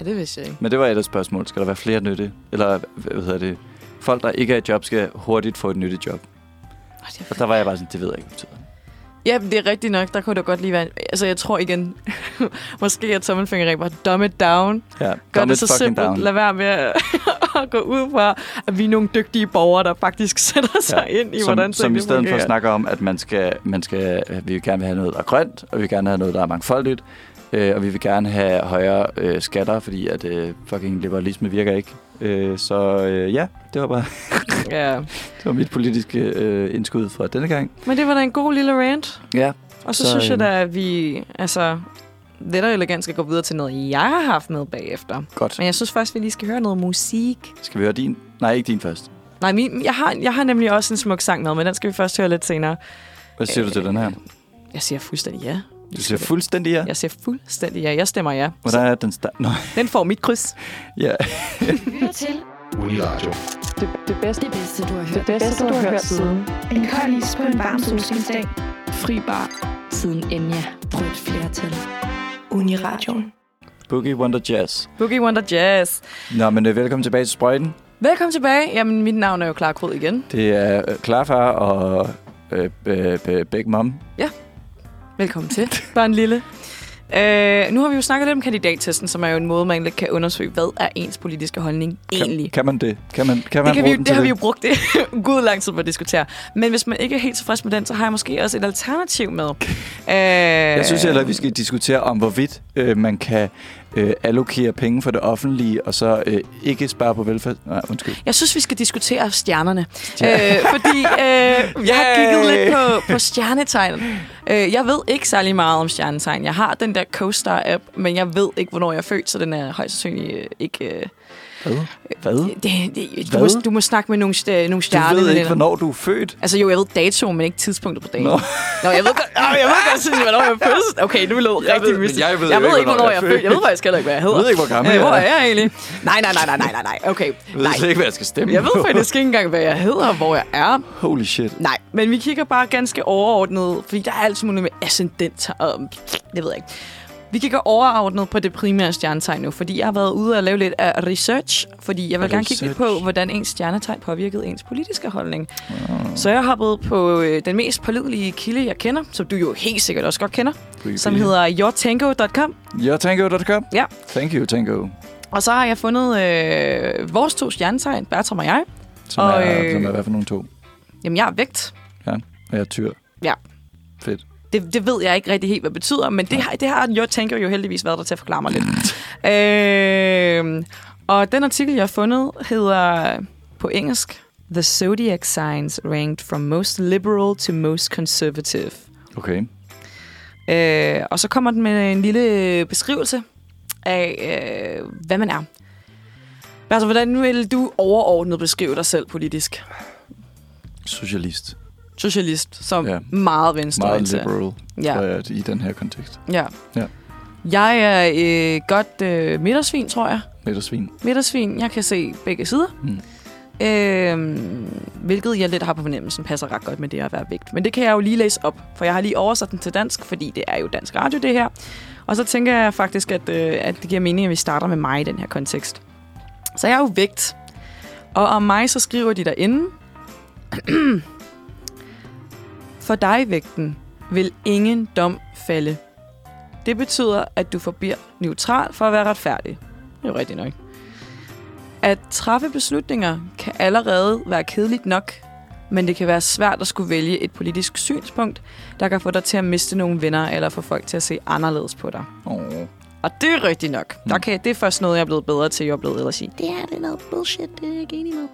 S4: det vidste jeg ikke.
S3: Men det var et af spørgsmål. Skal der være flere nytte? Eller hvad hedder det? Folk, der ikke er i job, skal hurtigt få et nyttejob.
S4: Åh, det er
S3: Og der var jeg bare sådan, det ved jeg ikke, hvad det betyder.
S4: Ja, det er rigtigt nok. Der kunne det godt lige være... Altså, jeg tror igen... måske at tommelfingeren bare dumb it down.
S3: Ja,
S4: Gør
S3: dumb
S4: det
S3: it
S4: så
S3: fucking
S4: simpelt.
S3: down.
S4: Lad være med at at gå ud fra, at vi er nogle dygtige borgere, der faktisk sætter sig ja. ind i,
S3: som,
S4: hvordan
S3: Som i
S4: tingene
S3: stedet for
S4: fungerer.
S3: snakker om, at man skal, man skal, øh, vi vil gerne vil have noget, der er grønt, og vi vil gerne have noget, der er mangfoldigt, øh, og vi vil gerne have højere øh, skatter, fordi at øh, fucking liberalisme virker ikke. Øh, så øh, ja, det var bare
S4: Ja.
S3: det var mit politiske øh, indskud fra denne gang.
S4: Men det var da en god lille rant.
S3: Ja,
S4: Og så,
S3: Så,
S4: så synes jeg
S3: øhm,
S4: da, at vi... Altså, lidt og elegant skal gå videre til noget, jeg har haft med bagefter.
S3: godt.
S4: Men jeg synes først, vi lige skal høre noget musik.
S3: Skal vi høre din? Nej, ikke din først.
S4: Nej, min, jeg, har, jeg har nemlig også en smuk sang med, men den skal vi først høre lidt senere.
S3: Hvad siger du til den her?
S4: Jeg siger fuldstændig ja.
S3: Du siger fuldstændig ja.
S4: Øh, Jeg siger fuldstændig ja. Jeg stemmer ja.
S3: Hvordan er den start? Nå,
S4: Den får mit kryds.
S3: ja.
S1: Lytter til
S6: Uniradio.
S7: Det, det bedste,
S1: det bedste, du har hørt.
S7: det bedste, du har hørt siden.
S1: En kold is på en varm solskinsdag.
S7: Fri bar.
S5: Siden Enya.
S1: Rødt flertal. Uniradioen.
S3: Boogie Wonder Jazz.
S4: Boogie Wonder Jazz.
S3: Nå, men øh, velkommen tilbage til Sprøjten. igen.
S4: Velkommen tilbage. Jamen, mit navn er jo Clara Krud igen.
S3: Det er øh, Klarfar og øh, øh, øh, Big Mom.
S4: Velkommen til. Bare en lille. Øh, nu har vi jo snakket lidt om kandidattesten, som er jo en måde, man lidt kan undersøge, hvad er ens politiske holdning egentlig.
S3: Kan, kan man det? Kan man, kan man
S4: Det, kan vi,
S3: bruge
S4: jo-
S3: den
S4: det har vi
S3: til
S4: jo brugt det. god lang tid på at diskutere. Men hvis man ikke er helt tilfreds med den, så har jeg måske også et alternativ med. Øh,
S3: Jeg synes heller, at vi skal diskutere om, hvorvidt øh, man kan øh, allokere penge for det offentlige, og så øh, ikke spare på velfærd. Nej, undskyld.
S4: Jeg synes, vi skal diskutere stjernerne. Øh, fordi øh, jeg har kigget lidt på, på stjernetegn. Øh, jeg ved ikke særlig meget om stjernetegn. Jeg har den der CoStar-app, men jeg ved ikke, hvornår jeg er født, så den er højst sandsynligt øh, ikke... Øh,
S3: Hvad? Hvad?
S4: det, det, du,
S3: Hvad?
S4: må, du må snakke med nogle, st- øh, nogle
S3: Du
S4: stjerner.
S3: ved ikke, hvornår du er født.
S4: Altså jo, jeg ved dato, men ikke tidspunktet på dagen.
S3: Nå.
S4: Nå, Nå jeg ved godt, Nå, jeg ved godt, sådan, hvornår jeg er fødsel. Okay, nu lød
S3: Jeg ved-
S4: rigtig
S3: men
S4: mystisk.
S3: jeg ved
S4: jeg
S3: jo
S4: ved ikke, hvornår jeg er født. Jeg ved faktisk heller ikke, hvad jeg hedder.
S3: Jeg ved ikke, hvor gammel
S4: øh,
S3: jeg
S4: hvor
S3: er.
S4: er jeg egentlig? Nej, nej, nej, nej, nej, nej, nej. Okay,
S3: Jeg ved
S4: nej.
S3: slet ikke, hvad jeg skal stemme
S4: Jeg
S3: på.
S4: ved faktisk ikke engang, hvad jeg hedder og hvor jeg er.
S3: Holy shit.
S4: Nej, men vi kigger bare ganske overordnet, fordi der er alt muligt med ascendent og... Det ved jeg ikke. Vi kigger overordnet på det primære stjernetegn nu, fordi jeg har været ude og lave lidt af research, fordi jeg vil gerne kigge lidt på,
S3: Research.
S4: hvordan ens stjernetegn påvirkede ens politiske holdning. Så jeg har hoppet på øh, den mest pålidelige kilde, jeg kender, som du jo helt sikkert også godt kender, som hedder yourtango.com.
S3: Jeg tænker jo, .com.
S4: Ja.
S3: Thank you, Tango.
S4: Og så har jeg fundet øh, vores to stjernetegn, Bertram og jeg.
S3: Som,
S4: Og,
S3: er,
S4: øh,
S3: som er hvad for nogle to?
S4: Jamen, jeg er vægt.
S3: Ja, og jeg er tyr.
S4: Ja.
S3: Fedt.
S4: Det, det ved jeg ikke rigtig helt, hvad det betyder, men det har, det har jeg tænker jo heldigvis været der til at forklare mig lidt.
S3: Mm.
S4: øh, og den artikel, jeg har fundet, hedder på engelsk, The Zodiac Signs Ranked from Most Liberal to Most Conservative.
S3: Okay.
S4: Øh, og så kommer den med en lille beskrivelse af, øh, hvad man er. Altså, hvordan vil du overordnet beskrive dig selv politisk?
S3: Socialist.
S4: Socialist, som
S3: Ja.
S4: ja. meget
S3: Meget
S4: venstreorienteret.
S3: liberal, ja.
S4: Ja.
S3: tror jeg, i den her kontekst.
S4: Ja.
S3: Ja.
S4: Jeg er øh, godt øh, midtersvin, tror jeg.
S3: Midtersvin.
S4: Midtersvin, jeg kan se begge sider.
S3: Mm.
S4: Øhm, hvilket jeg lidt har på fornemmelsen passer ret godt med det at være vægt. Men det kan jeg jo lige læse op, for jeg har lige oversat den til dansk, fordi det er jo dansk radio det her. Og så tænker jeg faktisk, at, øh, at det giver mening, at vi starter med mig i den her kontekst. Så jeg er jo vægt. Og om mig, så skriver de derinde. For dig, vægten, vil ingen dom falde. Det betyder, at du forbliver neutral for at være retfærdig. Det er jo rigtigt nok. At træffe beslutninger kan allerede være kedeligt nok, men det kan være svært at skulle vælge et politisk synspunkt, der kan få dig til at miste nogle venner eller få folk til at se anderledes på dig.
S3: Åh.
S4: Og det er rigtigt nok. Der kan, det er først noget, jeg er blevet bedre til, jeg er blevet ellers sige, det her det er noget bullshit, det er jeg ikke enig med.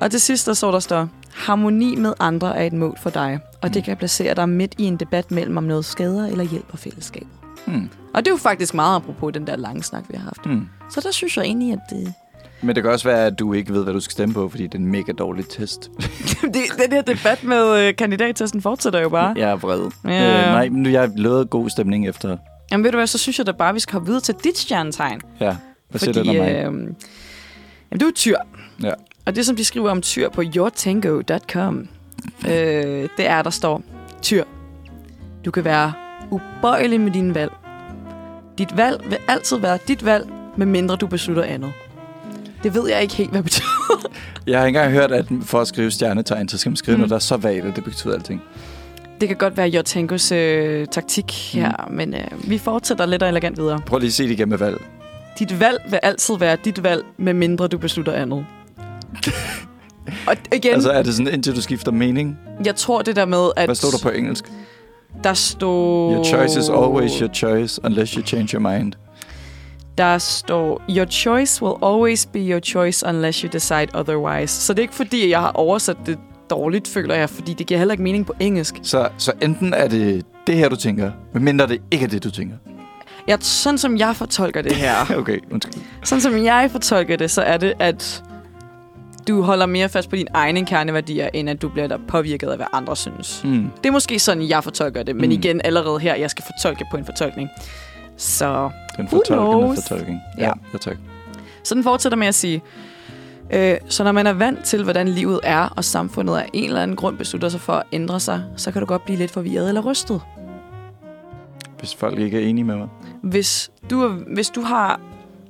S4: Og til sidst der står der står, harmoni med andre er et mål for dig, og det kan placere dig midt i en debat mellem om noget skader eller hjælper fællesskabet.
S3: Hmm.
S4: Og det er jo faktisk meget apropos den der lange snak, vi har haft.
S3: Hmm.
S4: Så der synes jeg egentlig, at øh, det,
S3: Men det kan også være, at du ikke ved, hvad du skal stemme på, fordi det er en mega dårlig test.
S4: det den her debat med øh, kandidattesten fortsætter jo bare.
S3: Jeg er vred.
S4: Ja.
S3: Øh, nej, men jeg lovede god stemning efter.
S4: Jamen ved du hvad, så synes jeg da bare, at vi skal hoppe videre til dit stjernetegn.
S3: Ja, hvad siger den om mig?
S4: jamen, du er tyr.
S3: Ja.
S4: Og det, som de skriver om tyr på yourtango.com, øh, det er, der står, tyr, du kan være ubøjelig med dine valg. Dit valg vil altid være dit valg, medmindre du beslutter andet. Det ved jeg ikke helt, hvad betyder.
S3: Jeg har ikke engang hørt, at for at skrive stjernetegn, så skal man skrive mm.
S4: Mm.
S3: noget, der er så vagt, at det betyder alting.
S4: Det kan godt være Jotangos øh, taktik her,
S3: Mm.
S4: men øh, vi fortsætter lidt og elegant videre.
S3: Prøv lige at se det igen med valg.
S4: Dit valg vil altid være dit valg, medmindre du beslutter andet. og
S3: Altså,
S4: igen, altså,
S3: er det sådan, indtil du skifter mening?
S4: jeg tror det der med, at
S3: Hvad står der på engelsk?
S4: der stod...
S3: Your choice is always your choice, unless you change your mind.
S4: Der står, your choice will always be your choice, unless you decide otherwise. Så det er ikke fordi, jeg har oversat det dårligt, føler jeg, fordi det giver heller ikke mening på engelsk.
S3: Så, så enten er det det her, du tænker, medmindre det ikke er det, du tænker.
S4: Jeg, sådan som jeg fortolker det her,
S3: Okay, undskyld.
S4: Sådan som jeg fortolker det, så er det, at du holder mere fast på dine egne kerneværdier, end at du bliver der påvirket af, hvad andre synes.
S3: Mm.
S4: Det er måske sådan, jeg fortolker det, men
S3: Mm.
S4: igen allerede her, jeg skal fortolke på en fortolkning. Så
S3: Den
S4: Who
S3: fortolkende
S4: knows?
S3: fortolkning.
S4: Ja.
S3: ja tak.
S4: Så den fortsætter med at sige, øh, så når man er vant til, hvordan livet er, og samfundet af en eller anden grund beslutter sig for at ændre sig, så kan du godt blive lidt forvirret eller rystet.
S3: Hvis folk ikke er enige med mig.
S4: Hvis du, er- hvis du har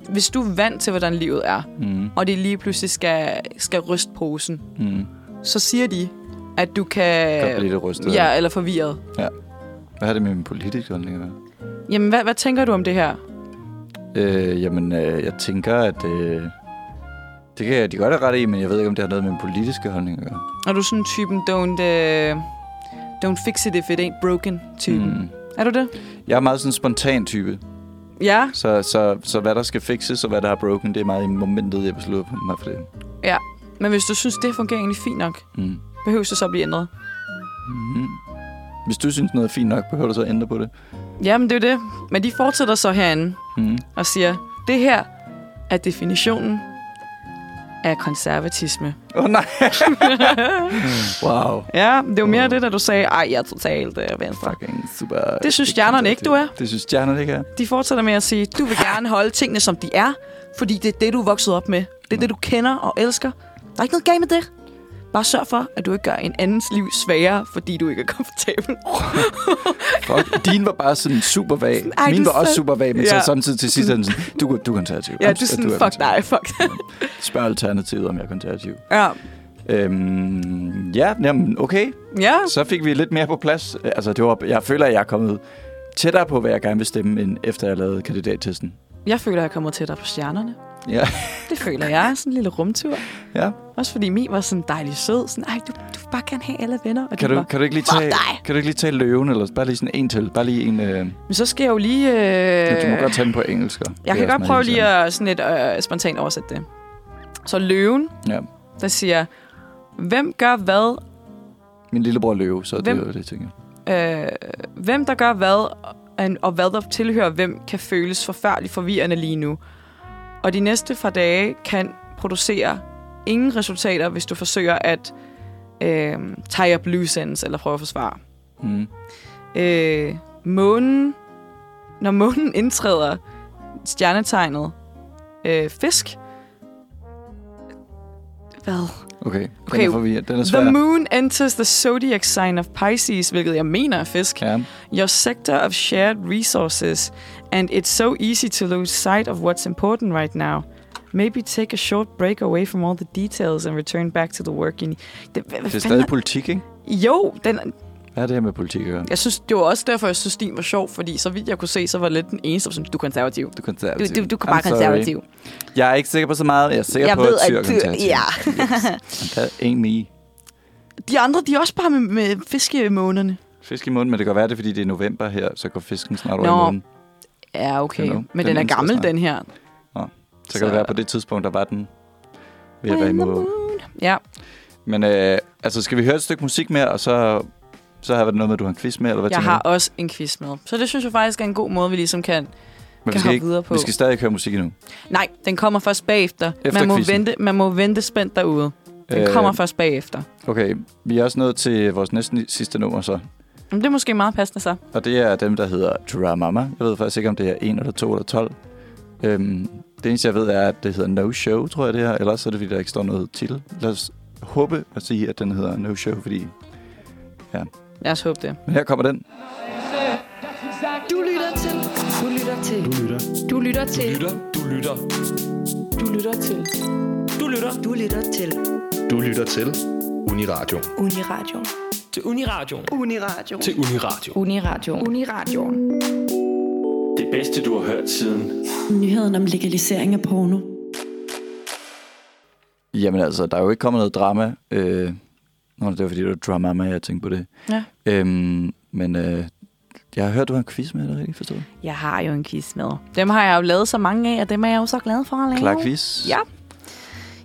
S4: hvis du er vant til, hvordan livet er,
S3: Mm.
S4: og det lige pludselig skal, skal ryste posen,
S3: Mm.
S4: så siger de, at du kan...
S3: Godt blive lidt rystet.
S4: Øh, Ja, eller forvirret.
S3: Hvad har det med min politiske holdning at gøre?
S4: Jamen, hvad, hvad tænker du om det her?
S3: Øh, jamen, øh, jeg tænker, at... Øh, det kan jeg de godt have ret i, men jeg ved ikke, om det har noget med min politiske holdning at gøre.
S4: Er du sådan typen, don't, uh,
S3: Hmm.
S4: don't fix it if it ain't broken typen? Mm. Er du det?
S3: Jeg er meget sådan en spontan type.
S4: Ja,
S3: Så, så, så hvad der skal fixes og hvad der er broken, det er meget i momentet, jeg beslutter mig for det.
S4: men hvis du synes, det fungerer egentlig fint nok,
S3: Mm.
S4: behøver det så at blive ændret?
S3: Mm. Hvis du synes, noget er fint nok, behøver du så at ændre på det.
S4: Jamen, det er jo det. Men de fortsætter så herinde
S3: Mm.
S4: og siger, det her er definitionen af konservatisme.
S3: Åh oh, nej! wow.
S4: Ja, det var mere det, da du sagde, ej, jeg er totalt øh, venstre.
S3: Fucking super.
S4: Det synes stjernerne ikke, du er.
S3: Det synes stjernerne ikke er.
S4: De fortsætter med at sige, du vil gerne holde tingene, som de er, fordi det er det, du er vokset op med. Det er det, du kender og elsker. Der er ikke noget galt med det. Bare sørg for, at du ikke gør en andens liv sværere, fordi du ikke er komfortabel.
S3: Fuck. Din var bare sådan super vag.
S4: Ej,
S3: Min
S4: du
S3: var også
S4: sad-
S3: super vag, men ja.
S4: Ja.
S3: så samtidig til sidst er den sådan, du, du er konservativ.
S4: Ja,
S3: Kom,
S4: du er sådan,
S3: er
S4: fuck
S3: konservativ.
S4: dig, fuck.
S3: Spørg alternativet, om jeg er konservativ.
S4: Ja,
S3: Øhm, ja, jamen, okay.
S4: ja.
S3: Så fik vi lidt mere på plads. Altså, det var, jeg føler, at jeg er kommet tættere på, hvad jeg gerne vil stemme, end efter jeg lavede kandidattesten.
S4: Jeg føler, at jeg kommer tættere på stjernerne.
S3: Ja.
S4: Det føler jeg. Sådan en lille rumtur.
S3: Ja.
S4: Også fordi Mi var sådan dejlig sød. Sådan, ej, du, du vil bare gerne have alle venner. Og
S3: Kan
S4: de
S3: du,
S4: var,
S3: kan du ikke lige
S4: fuck
S3: tage,
S4: dig!
S3: kan du ikke lige tage løven, eller bare lige sådan en til? Bare lige en... Øh, øh,
S4: Men så skal jeg jo lige...
S3: du må
S4: Øh,
S3: godt tage den på engelsk. og
S4: jeg
S3: det
S4: kan
S3: er
S4: godt
S3: også
S4: prøve
S3: meget
S4: lige at sådan lidt, øh, spontant oversætte det. Så løven,
S3: Ja.
S4: der siger, hvem gør hvad,
S3: Min lillebror er løve, så Hvem?
S4: Hvem-
S3: det er det, jeg tænker.
S4: øh, hvem der gør hvad, og- og hvad der tilhører hvem, kan føles forfærdeligt forvirrende lige nu. Og de næste par dage kan producere ingen resultater, hvis du forsøger at øh, tie up loose ends, eller prøve at forsvare.
S3: Mm.
S4: Øh, månen, når månen indtræder stjernetegnet øh, fisk, hvad?
S3: Okay, okay.
S4: Okay.
S3: Den, er forvirret. den er svær.
S4: The moon enters the zodiac sign of Pisces, hvilket jeg mener er fisk.
S3: Ja.
S4: Your sector of shared resources, and it's so easy to lose sight of what's important right now. Maybe take a short break away from all the details and return back to the work you need. Det, hvad,
S3: Det er
S4: hvad fanden
S3: stadig
S4: er-
S3: politik, ikke?
S4: Jo, den,
S3: Hvad er det her med politik at gøre?
S4: jeg synes, det var også derfor, jeg synes, din var sjov, fordi så vidt jeg kunne se, så var det lidt den eneste, som du er konservativ.
S3: Du er
S4: Du,
S3: konservativ.
S4: du, du er bare
S3: I'm sorry.
S4: konservativ.
S3: Jeg er ikke sikker på så meget. Jeg er sikker
S4: Jeg
S3: på,
S4: ved,
S3: at Tyr er
S4: at du-
S3: konservativ.
S4: ja.
S3: yes. Han kan- Ain't me.
S4: De andre, de er også bare med, med fiskemånerne.
S3: Fisk i munden, men det kan være, det er, fordi det er november her, så går fisken snart
S4: Nå,
S3: over i munden.
S4: Ja, okay.
S3: Hello.
S4: Men den,
S3: Den
S4: er
S3: eneste,
S4: gammel,
S3: snart.
S4: den her.
S3: Så kan det
S4: så-
S3: være, på det tidspunkt, der var den ved at være imod.
S4: Ja,
S3: Men øh, altså, skal vi høre et stykke musik mere, og så, så har vi noget med, at du har en quiz med, eller hvad
S4: jeg
S3: tænker
S4: har
S3: du?
S4: også en quiz med. Så det synes jeg faktisk er en god måde, vi ligesom kan
S3: Men vi
S4: kan
S3: skal,
S4: hoppe
S3: ikke,
S4: videre på.
S3: vi skal stadig ikke høre musik endnu.
S4: Nej, den kommer først bagefter.
S3: Efter
S4: man, må
S3: quizzen.
S4: vente, man må vente spændt derude. Den
S3: Øh,
S4: øh, kommer først bagefter.
S3: Okay, vi er også nået til vores næsten sidste nummer så.
S4: Men det er måske meget passende så.
S3: Og det er dem, der hedder Dramama. Jeg ved faktisk ikke, om det er 1 eller 2 eller 12. Øhm, det eneste, jeg ved, er, at det hedder No Show, tror jeg det her. Ellers er det, fordi der ikke står noget til. Lad os håbe at sige, at den hedder No Show, fordi...
S4: Lad os håbe det.
S3: Men her kommer den.
S1: Du lytter til. Du lytter til. Du lytter til.
S6: Du lytter.
S7: Du lytter til.
S1: Du lytter til.
S6: Du lytter til Uniradio.
S1: Uniradio.
S8: Til Uniradio.
S1: Uniradio.
S8: Til Uniradio.
S1: Uniradio. Uniradio.
S2: Det bedste, du har hørt siden.
S9: Nyheden om legalisering af porno.
S3: Jamen altså, der er jo ikke kommet noget drama. Øh... Nå, det var, fordi det var Dramama, jeg tænkte på det.
S4: Ja.
S3: Øhm, men øh, jeg har hørt, du har en quiz med, er det rigtigt forstået?
S4: Jeg har jo en quiz med. Dem har jeg jo lavet så mange af, og dem er jeg jo så glad for at lave.
S3: Klar quiz.
S4: Ja.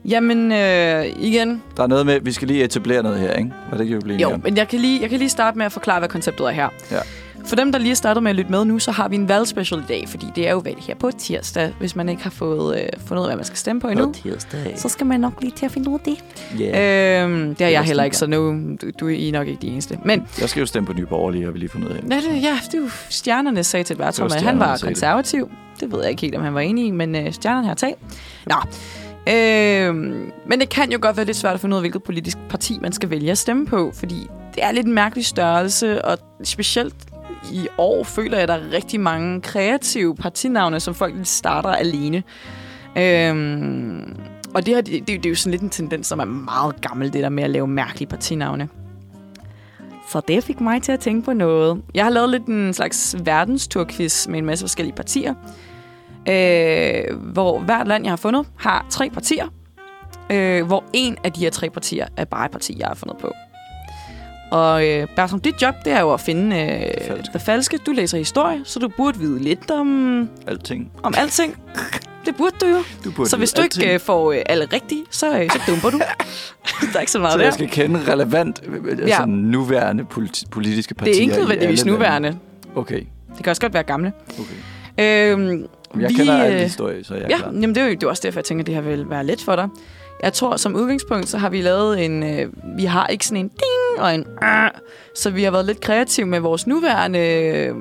S4: Jamen, øh, igen,
S3: Der er noget med, vi skal lige etablere noget her, ikke? Var det ikke, vi blev enige
S4: Jo,
S3: om?
S4: men jeg kan, lige, jeg kan lige starte med at forklare, hvad konceptet er her.
S3: Ja.
S4: For dem, der lige er startet med at lytte med nu, så har vi en valgspecial i dag, fordi det er jo valg her på tirsdag. Hvis man ikke har fået, øh, fundet ud af, hvad man skal stemme på endnu,
S3: tirsdag.
S4: så skal man nok lige til at finde ud af det.
S3: Yeah.
S4: Ja. Øhm, det har
S3: er
S4: jeg
S3: også
S4: heller
S3: lige
S4: ikke, så nu, du, du er I er nok ikke de eneste. Men
S3: Jeg skal jo stemme på Nye Borgerlige, har vi lige fundet ud af.
S4: ja, det, ja, det er jo stjernerne sagde til
S3: Det var
S4: værtsholdet, at han var
S3: stjernerne, der sagde det.
S4: konservativ. Det ved jeg ikke helt, om han var enig i, men øh, stjernerne har talt. Nå. Øhm, men det kan jo godt være lidt svært at finde ud af, hvilket politisk parti man skal vælge at stemme på, fordi det er lidt en mærkelig størrelse, og specielt i år føler jeg, at der er rigtig mange kreative partinavne, som folk lidt starter alene. Øhm, og det, her, det, det, det er jo sådan lidt en tendens, som er meget gammel, det der med at lave mærkelige partinavne. Så det fik mig til at tænke på noget. Jeg har lavet lidt en slags verdensturquiz med en masse forskellige partier, øh, hvor hvert land, jeg har fundet, har tre partier, øh, hvor en af de her tre partier er bare et parti, jeg har fundet på. Og øh, Bertram, dit job, det er jo at finde øh,
S3: falske.
S4: det falske. Du læser historie, så du burde vide lidt om,
S3: Alting.
S4: om alting. Det burde du jo.
S3: Du burde
S4: så hvis
S3: vide
S4: du ikke
S3: alting.
S4: øh, får øh, alle rigtige, så, øh, så dumper du. der er ikke så meget
S3: Så
S4: der.
S3: jeg skal kende relevant øh, øh,
S4: Ja.
S3: altså, nuværende politi- politiske partier
S4: Det
S3: i
S4: er ikke nødvendigvis
S3: alle lande.
S4: nuværende.
S3: Okay.
S4: Det kan også godt være gamle.
S3: okay.
S4: Øhm,
S3: Jeg vi, kender
S4: øh,
S3: alle historie, så jeg er
S4: Ja,
S3: klar.
S4: jamen det er jo det er også derfor, jeg tænker, at det her vil være let for dig. Jeg tror, som udgangspunkt, så har vi lavet en... Øh, vi har ikke sådan en ding og en... Øh, så vi har været lidt kreative med vores nuværende... Øh,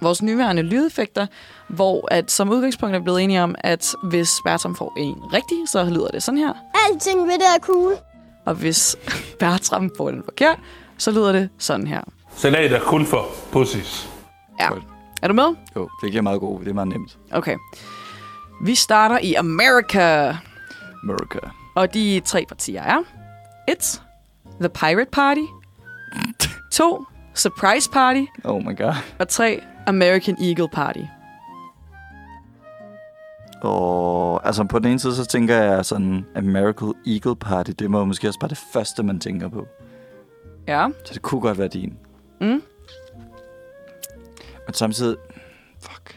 S4: vores nuværende lydeffekter, hvor at som udgangspunkt er vi blevet enige om, at hvis Bertram får en rigtig, så lyder det sådan her.
S8: Alting ved det er cool.
S4: Og hvis Bertram får den forkert, så lyder det sådan her.
S10: Salat er kun for pussies.
S4: Ja.
S3: Godt.
S4: Er du med?
S3: Jo, det giver meget god. Det er meget nemt.
S4: Okay. Vi starter i America.
S3: America.
S4: Og de tre partier er 1. The Pirate Party 2. Surprise Party
S3: Oh my god.
S4: og 3. American Eagle Party.
S3: Og altså på den ene side, så tænker jeg sådan, at Miracle Eagle Party, det må måske også bare det første, man tænker på.
S4: Ja,
S3: Så det kunne godt være din.
S4: Mm.
S3: Men samtidig... Fuck.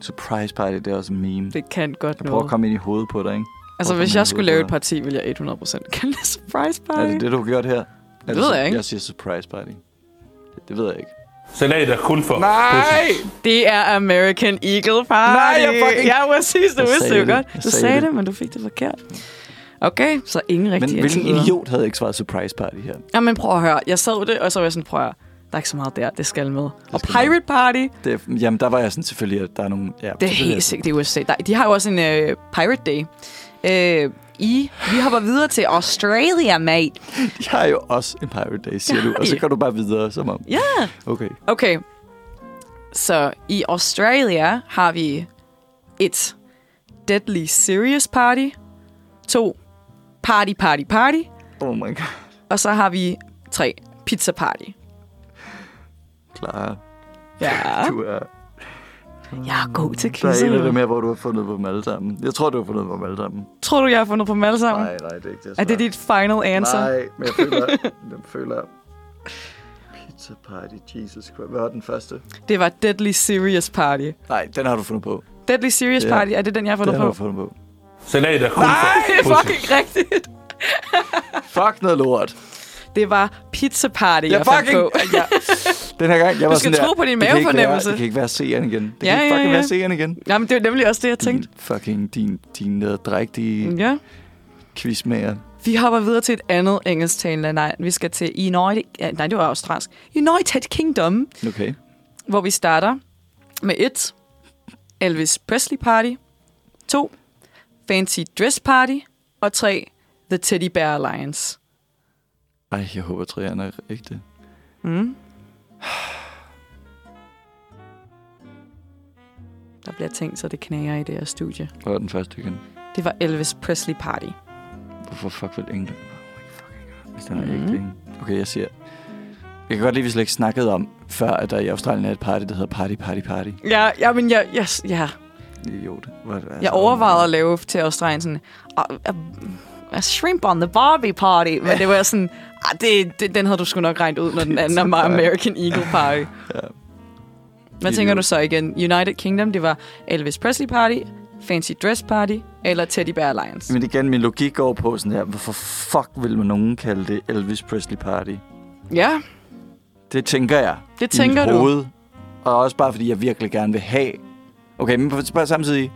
S3: Surprise party, det er også en meme.
S4: det kan godt
S3: Jeg prøver
S4: noget.
S3: at komme ind i hovedet på dig, ikke?
S4: altså,
S3: prøver at
S4: hvis
S3: komme
S4: jeg
S3: ind i
S4: skulle
S3: hovedet
S4: lave et
S3: på
S4: parti, ville jeg 100% kalde det Surprise Party.
S3: Er det det, du har gjort her? Er
S4: Det ved jeg ikke.
S3: Jeg siger surprise party. Det, det ved jeg ikke.
S10: Salat er kun for
S3: Nej!
S4: Det er American Eagle Party.
S3: Nej, jeg fucking-
S4: Ja, præcis. Du
S3: Jeg
S4: vidste
S3: sagde
S4: det jo
S3: det.
S4: godt.
S3: Jeg
S4: Du
S3: sagde
S4: sagde
S3: det.
S4: det, men du fik det forkert. Okay, så ingen rigtig
S3: Men hvilken idiot havde ikke svaret surprise party her?
S4: Jamen, prøv at høre. Jeg sad det, og så var jeg sådan, prøv at høre. Der er ikke så meget der, det skal med. og
S3: skal med.
S4: Pirate Party,
S3: Det, er- jamen, der var jeg sådan selvfølgelig, at der er nogle... Ja,
S4: Det er helt sikkert i USA. Der, de har jo også en øh, Pirate Day. Øh, I, vi hopper videre til Australia, mate.
S3: De har jo også en pirate day, siger
S4: Det har
S3: du. Og så
S4: de.
S3: går du bare videre, som om...
S4: Ja. Yeah.
S3: Okay.
S4: Okay. Så i Australia har vi et Deadly Serious Party, to Party Party Party,
S3: Oh my god.
S4: og så har vi tre Pizza Party.
S3: Klar.
S4: Ja,
S3: Du er...
S4: jeg er god til
S3: Der er en af dem
S4: quizzer.
S3: her, hvor du har fundet på dem alle sammen. Jeg tror, du har fundet på dem alle sammen.
S4: Tror du, jeg har fundet på dem alle sammen?
S3: Nej, nej, det er ikke det.
S4: Er det dit final answer?
S3: Nej, men jeg føler... jeg føler... Pizza party, Jesus Christ. Hvad var den første?
S4: Det var Deadly Serious Party.
S3: Nej, den har du fundet på.
S4: Deadly Serious
S3: Ja.
S4: Party, er det den, jeg har fundet
S3: Den har
S4: på?
S3: du fundet på.
S10: Salat er kun
S4: Det er
S10: for pussies.
S4: fucking rigtigt.
S3: Fuck noget lort.
S4: Det var pizza party, jeg,
S3: Jeg
S4: jeg fandt
S3: fucking-
S4: på.
S3: Ja. Den her gang, jeg var
S4: Du skal
S3: sådan
S4: tro
S3: der,
S4: på din
S3: det kan ikke
S4: mavefornemmelse.
S3: Være, det kan ikke være seeren igen. Det
S4: Ja,
S3: kan ikke
S4: ja,
S3: fucking
S4: ja.
S3: være seeren igen.
S4: Jamen, det var nemlig også det, jeg
S3: Din
S4: tænkte.
S3: fucking, din, din uh, drægtige
S4: Ja.
S3: quizmager.
S4: Vi hopper videre til et andet engelsktalende land. Vi skal til United... ja, Nej, det var australsk. United Kingdom,
S3: Okay.
S4: hvor vi starter med et Elvis Presley Party, to Fancy Dress Party, og tre The Teddy Bear Alliance.
S3: Ej, jeg håber, træerne er ægte.
S4: Der bliver tænkt, så det knager i det her studie.
S3: Hvad var den første igen?
S4: Det var Elvis Presley Party.
S3: Hvorfor fuck vil England? Oh my fucking god. Hvis den
S4: Mhm.
S3: er ægte, ikke? Okay, jeg siger... Jeg kan godt lide, at vi slet ikke snakkede om, før at der i Australien er et party, der hedder Party Party Party.
S4: Ja, ja men jeg, jeg, ja,
S3: Idiot. Hvor, altså,
S4: Jeg overvejede at lave til Australien sådan, "Ah, ah, ah, shrimp on the Barbie party, men det var sådan, ah, det, det, den havde du sgu nok regnet ud, når den anden var American Eagle Party. Hvad tænker du så igen? United Kingdom, det var Elvis Presley Party, Fancy Dress Party eller Teddy Bear Alliance.
S3: Men igen, min logik går på sådan her, hvorfor fuck vil man nogen kalde det Elvis Presley Party?
S4: Ja,
S3: Det tænker jeg.
S4: Det tænker
S3: i
S4: du.
S3: mit hoved. Og også bare fordi, jeg virkelig gerne vil have... Okay, men på- bare samtidig...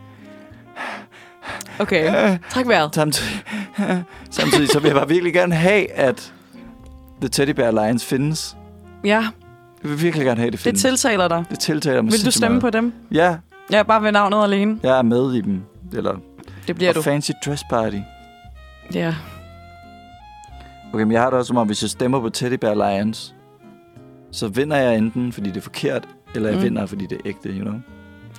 S4: okay. Træk vejret.
S3: Samtidig, samtidig så vil jeg bare virkelig gerne have, at The Teddy Bear Alliance findes.
S4: Ja,
S3: Jeg vil virkelig gerne have, at det
S4: det
S3: findes.
S4: tiltaler dig.
S3: det tiltaler mig
S4: Vil du
S3: sindssygt
S4: stemme
S3: meget.
S4: på dem?
S3: Ja,
S4: Ja, bare ved navnet alene.
S3: jeg er med i dem. Eller
S4: Det bliver
S3: og
S4: du.
S3: Fancy Dress Party.
S4: Ja.
S3: Okay, men jeg har det også som om, hvis jeg stemmer på Teddy Bear Alliance, så vinder jeg enten, fordi det er forkert, eller jeg
S4: Mm.
S3: vinder, fordi det er ægte, you know?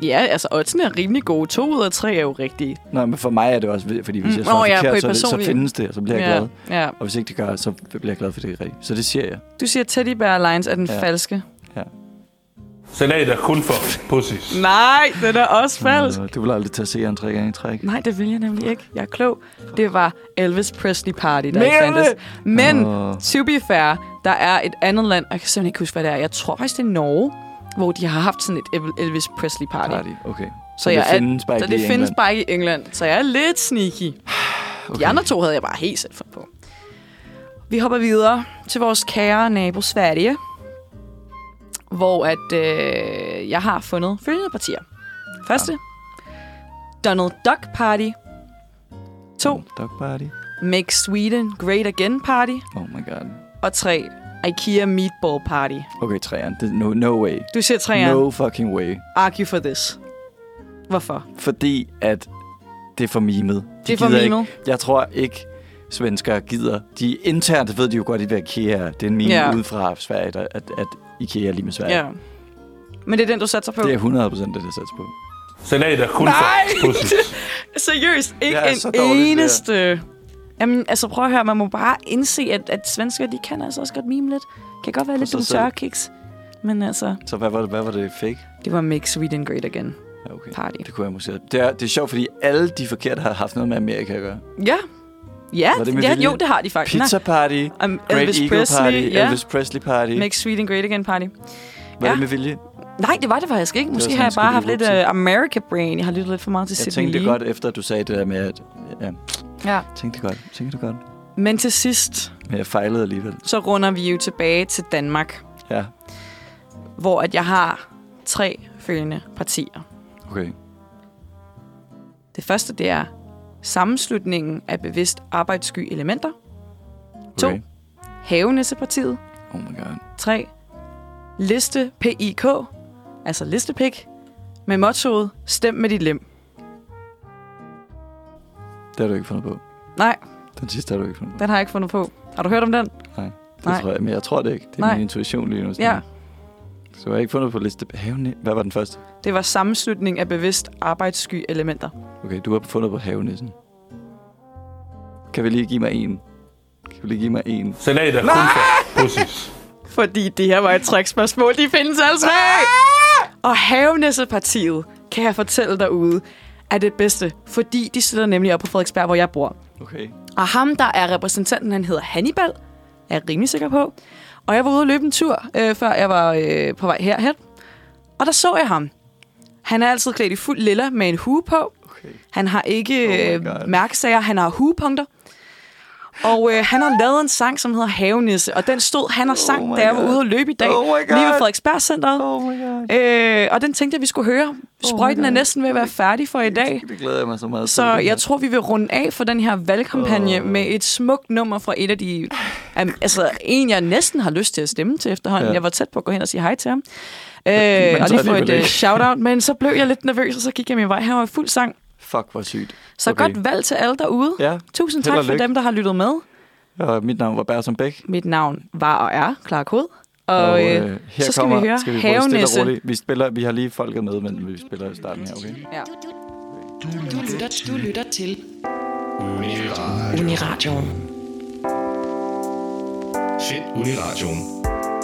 S4: Ja, altså oddsene er rimelig gode. To ud af tre er jo rigtige.
S3: Nå, men for mig er det også, fordi hvis
S4: Mm,
S3: jeg
S4: nå,
S3: svarer
S4: ja, på
S3: forkert,
S4: et
S3: så, er det- så
S4: personligt-
S3: findes det, og så bliver jeg
S4: ja.
S3: glad.
S4: Ja.
S3: Og hvis ikke det gør, så bliver jeg glad for det er rigtigt. Så det siger jeg.
S4: Du siger, Teddy Bear Alliance er den
S3: Ja.
S4: ja. falske.
S10: Salat er kun for pussies.
S4: Nej, den er også falsk.
S3: Øh, Du vil aldrig tage seeren tre gange i træk.
S4: Nej, det vil jeg nemlig ikke. Jeg er klog. Det var Elvis Presley Party, der ikke
S3: Mere
S4: fandtes. Men,
S3: Åh.
S4: to be fair, der er et andet land, og jeg kan simpelthen ikke huske, hvad det er. Jeg tror faktisk, det er Norge, hvor de har haft sådan et El- Elvis Presley Party.
S3: Party. Okay. Så,
S4: jeg
S3: det findes bare
S4: så
S3: ikke
S4: det
S3: lige i
S4: findes
S3: England.
S4: bare ikke i England. Så jeg er lidt sneaky. Okay. De andre to havde jeg bare helt selv fundet på. Vi hopper videre til vores kære nabo Sverige, hvor at øh, jeg har fundet følgende partier. Første, Donald Duck Party. To,
S3: Dog party.
S4: Make Sweden Great Again Party.
S3: Oh my god.
S4: Og tre, IKEA Meatball Party.
S3: Okay, træerne. Det, no, no way.
S4: Du siger træerne.
S3: No fucking way.
S4: Argue for this. Hvorfor?
S3: Fordi at det er for mimet. De
S4: Det er for
S3: gider
S4: mimet.
S3: Ikke. Jeg tror ikke, svenskere gider. De internt ved de jo godt, at IKEA er. Det er en meme
S4: Ja.
S3: yeah. ude fra Sverige, der, at, at IKEA er lige med Sverige.
S4: Ja.
S3: Yeah.
S4: ja. Men det er den, du satser på?
S3: Det er 100 procent det, der sættes på.
S10: Salat er kun
S4: Nej!
S10: for pussies.
S4: Seriøst, ikke
S3: Jeg er
S4: en
S3: så dårlig til det her.
S4: eneste. Jamen, altså prøv at høre, man må bare indse, at, at svensker, de kan altså også godt mime lidt. Kan godt være lidt
S3: sig
S4: nogle
S3: selv.
S4: tørre kiks. Men altså,
S3: Så hvad var det, hvad var det fake?
S4: det var Make Sweden Great Again
S3: Ja, Okay.
S4: party.
S3: Det kunne jeg måske. Det er, det er sjovt, fordi alle de forkerte har haft noget med Amerika at gøre.
S4: Ja, ja,
S3: Var det
S4: det
S3: med
S4: ja
S3: vilje?
S4: jo, det har de faktisk.
S3: Pizza party,
S4: Nej, um,
S3: Great
S4: Elvis
S3: Eagle
S4: Presley,
S3: party,
S4: ja.
S3: Elvis Presley party.
S4: Make Sweden Great Again party.
S3: var
S4: ja.
S3: det med vilje?
S4: Nej, det var det faktisk ikke.
S3: var
S4: Måske
S3: sådan,
S4: har jeg
S3: skulle
S4: bare
S3: du
S4: haft lidt
S3: råbe til.
S4: uh, America Brain. Jeg har lyttet lidt for meget til
S3: Jeg
S4: Sidney
S3: tænkte
S4: Lee.
S3: godt, efter du sagde det der med, at... Ja,
S4: Ja.
S3: tænkte godt, tænkte godt.
S4: Men til sidst,
S3: Men jeg fejlede alligevel.
S4: så runder vi jo tilbage til Danmark,
S3: Ja,
S4: hvor at jeg har tre følgende partier.
S3: okay.
S4: Det første, det er sammenslutningen af bevidst arbejdssky elementer. To.
S3: okay.
S4: Havenissepartiet.
S3: Oh my god.
S4: 3. Liste PIK, altså listepik, med mottoet Stem med dit lem.
S3: Det har du ikke fundet på.
S4: Nej,
S3: Den sidste har du ikke fundet på.
S4: den har jeg ikke fundet på. Har du hørt om den?
S3: Det
S4: Nej.
S3: tror jeg, men jeg tror det ikke. Det er
S4: Nej.
S3: Nej. min intuition lige nu. sådan.
S4: Ja.
S3: Så jeg har ikke fundet på liste... Haven... Hvad var den første?
S4: Det var sammenslutning af bevidst arbejdssky elementer.
S3: Okay, du har fundet på havenissen. Kan vi lige give mig en? Kan vi lige give mig en?
S10: Salat er kun for pussies.
S4: Fordi det her var et trækspørgsmål. De findes altså Og Havenissepartiet, kan jeg fortælle derude, er det bedste, fordi de sidder nemlig op på Frederiksberg, hvor jeg bor.
S3: Okay.
S4: Og ham, der er repræsentanten, han hedder Hannibal, er jeg rimelig sikker på. Og jeg var ude og løbe en tur, øh, før jeg var øh, på vej herhen. Og der så jeg ham. Han er altid klædt i fuld lilla med en hue på.
S3: Okay.
S4: Han har ikke
S3: Oh
S4: øh,
S3: my God.
S4: mærkesager, han har hugepunkter. Og øh, han har lavet en sang, som hedder Havenisse, og den stod han og sang,
S3: my
S4: oh da jeg var
S3: God.
S4: ude og løbe i dag,
S3: Oh my
S4: lige ved
S3: God.
S4: Frederiksberg Centeret.
S3: Oh my god. Oh
S4: Øh, og den tænkte jeg, vi skulle høre. Sprøjten
S3: my
S4: er
S3: God.
S4: næsten ved at være færdig for i dag.
S3: Det glæder jeg mig så meget
S4: Så jeg tror, vi vil runde af for den her valgkampagne oh. med et smukt nummer fra et af de... Um, altså, en, jeg næsten har lyst til at stemme til efterhånden. Ja.
S3: Ja. Jeg
S4: Jeg var tæt på at gå hen og sige hej til ham. Øh, og
S3: så
S4: lige få
S3: alligevel
S4: et uh,
S3: ikke.
S4: shout-out. Men så blev jeg lidt nervøs, og så gik jeg min vej. Han var i fuld sang.
S3: Fuck, hvor sygt.
S4: Så okay. godt valg til alle derude.
S3: Ja,
S4: Tusind tak
S3: held
S4: for
S3: og lykke.
S4: dem, der har lyttet med.
S3: Og mit navn var Bertram Bæk.
S4: Mit navn var og er Clara Kod. Og, og øh,
S3: her
S4: så skal
S3: kommer,
S4: vi høre
S3: skal vi prøve stille og
S4: Havenisse.
S3: roligt. Vi, spiller, vi har lige folket med, men vi spiller i starten her, okay?
S9: Du lytter, du lytter til Uniradioen.
S8: Find Uniradioen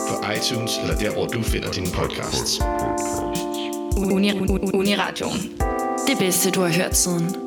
S8: på iTunes eller der, hvor du finder dine podcasts.
S5: Uni, Uni, Uniradioen.
S9: Det bedste, du har hørt siden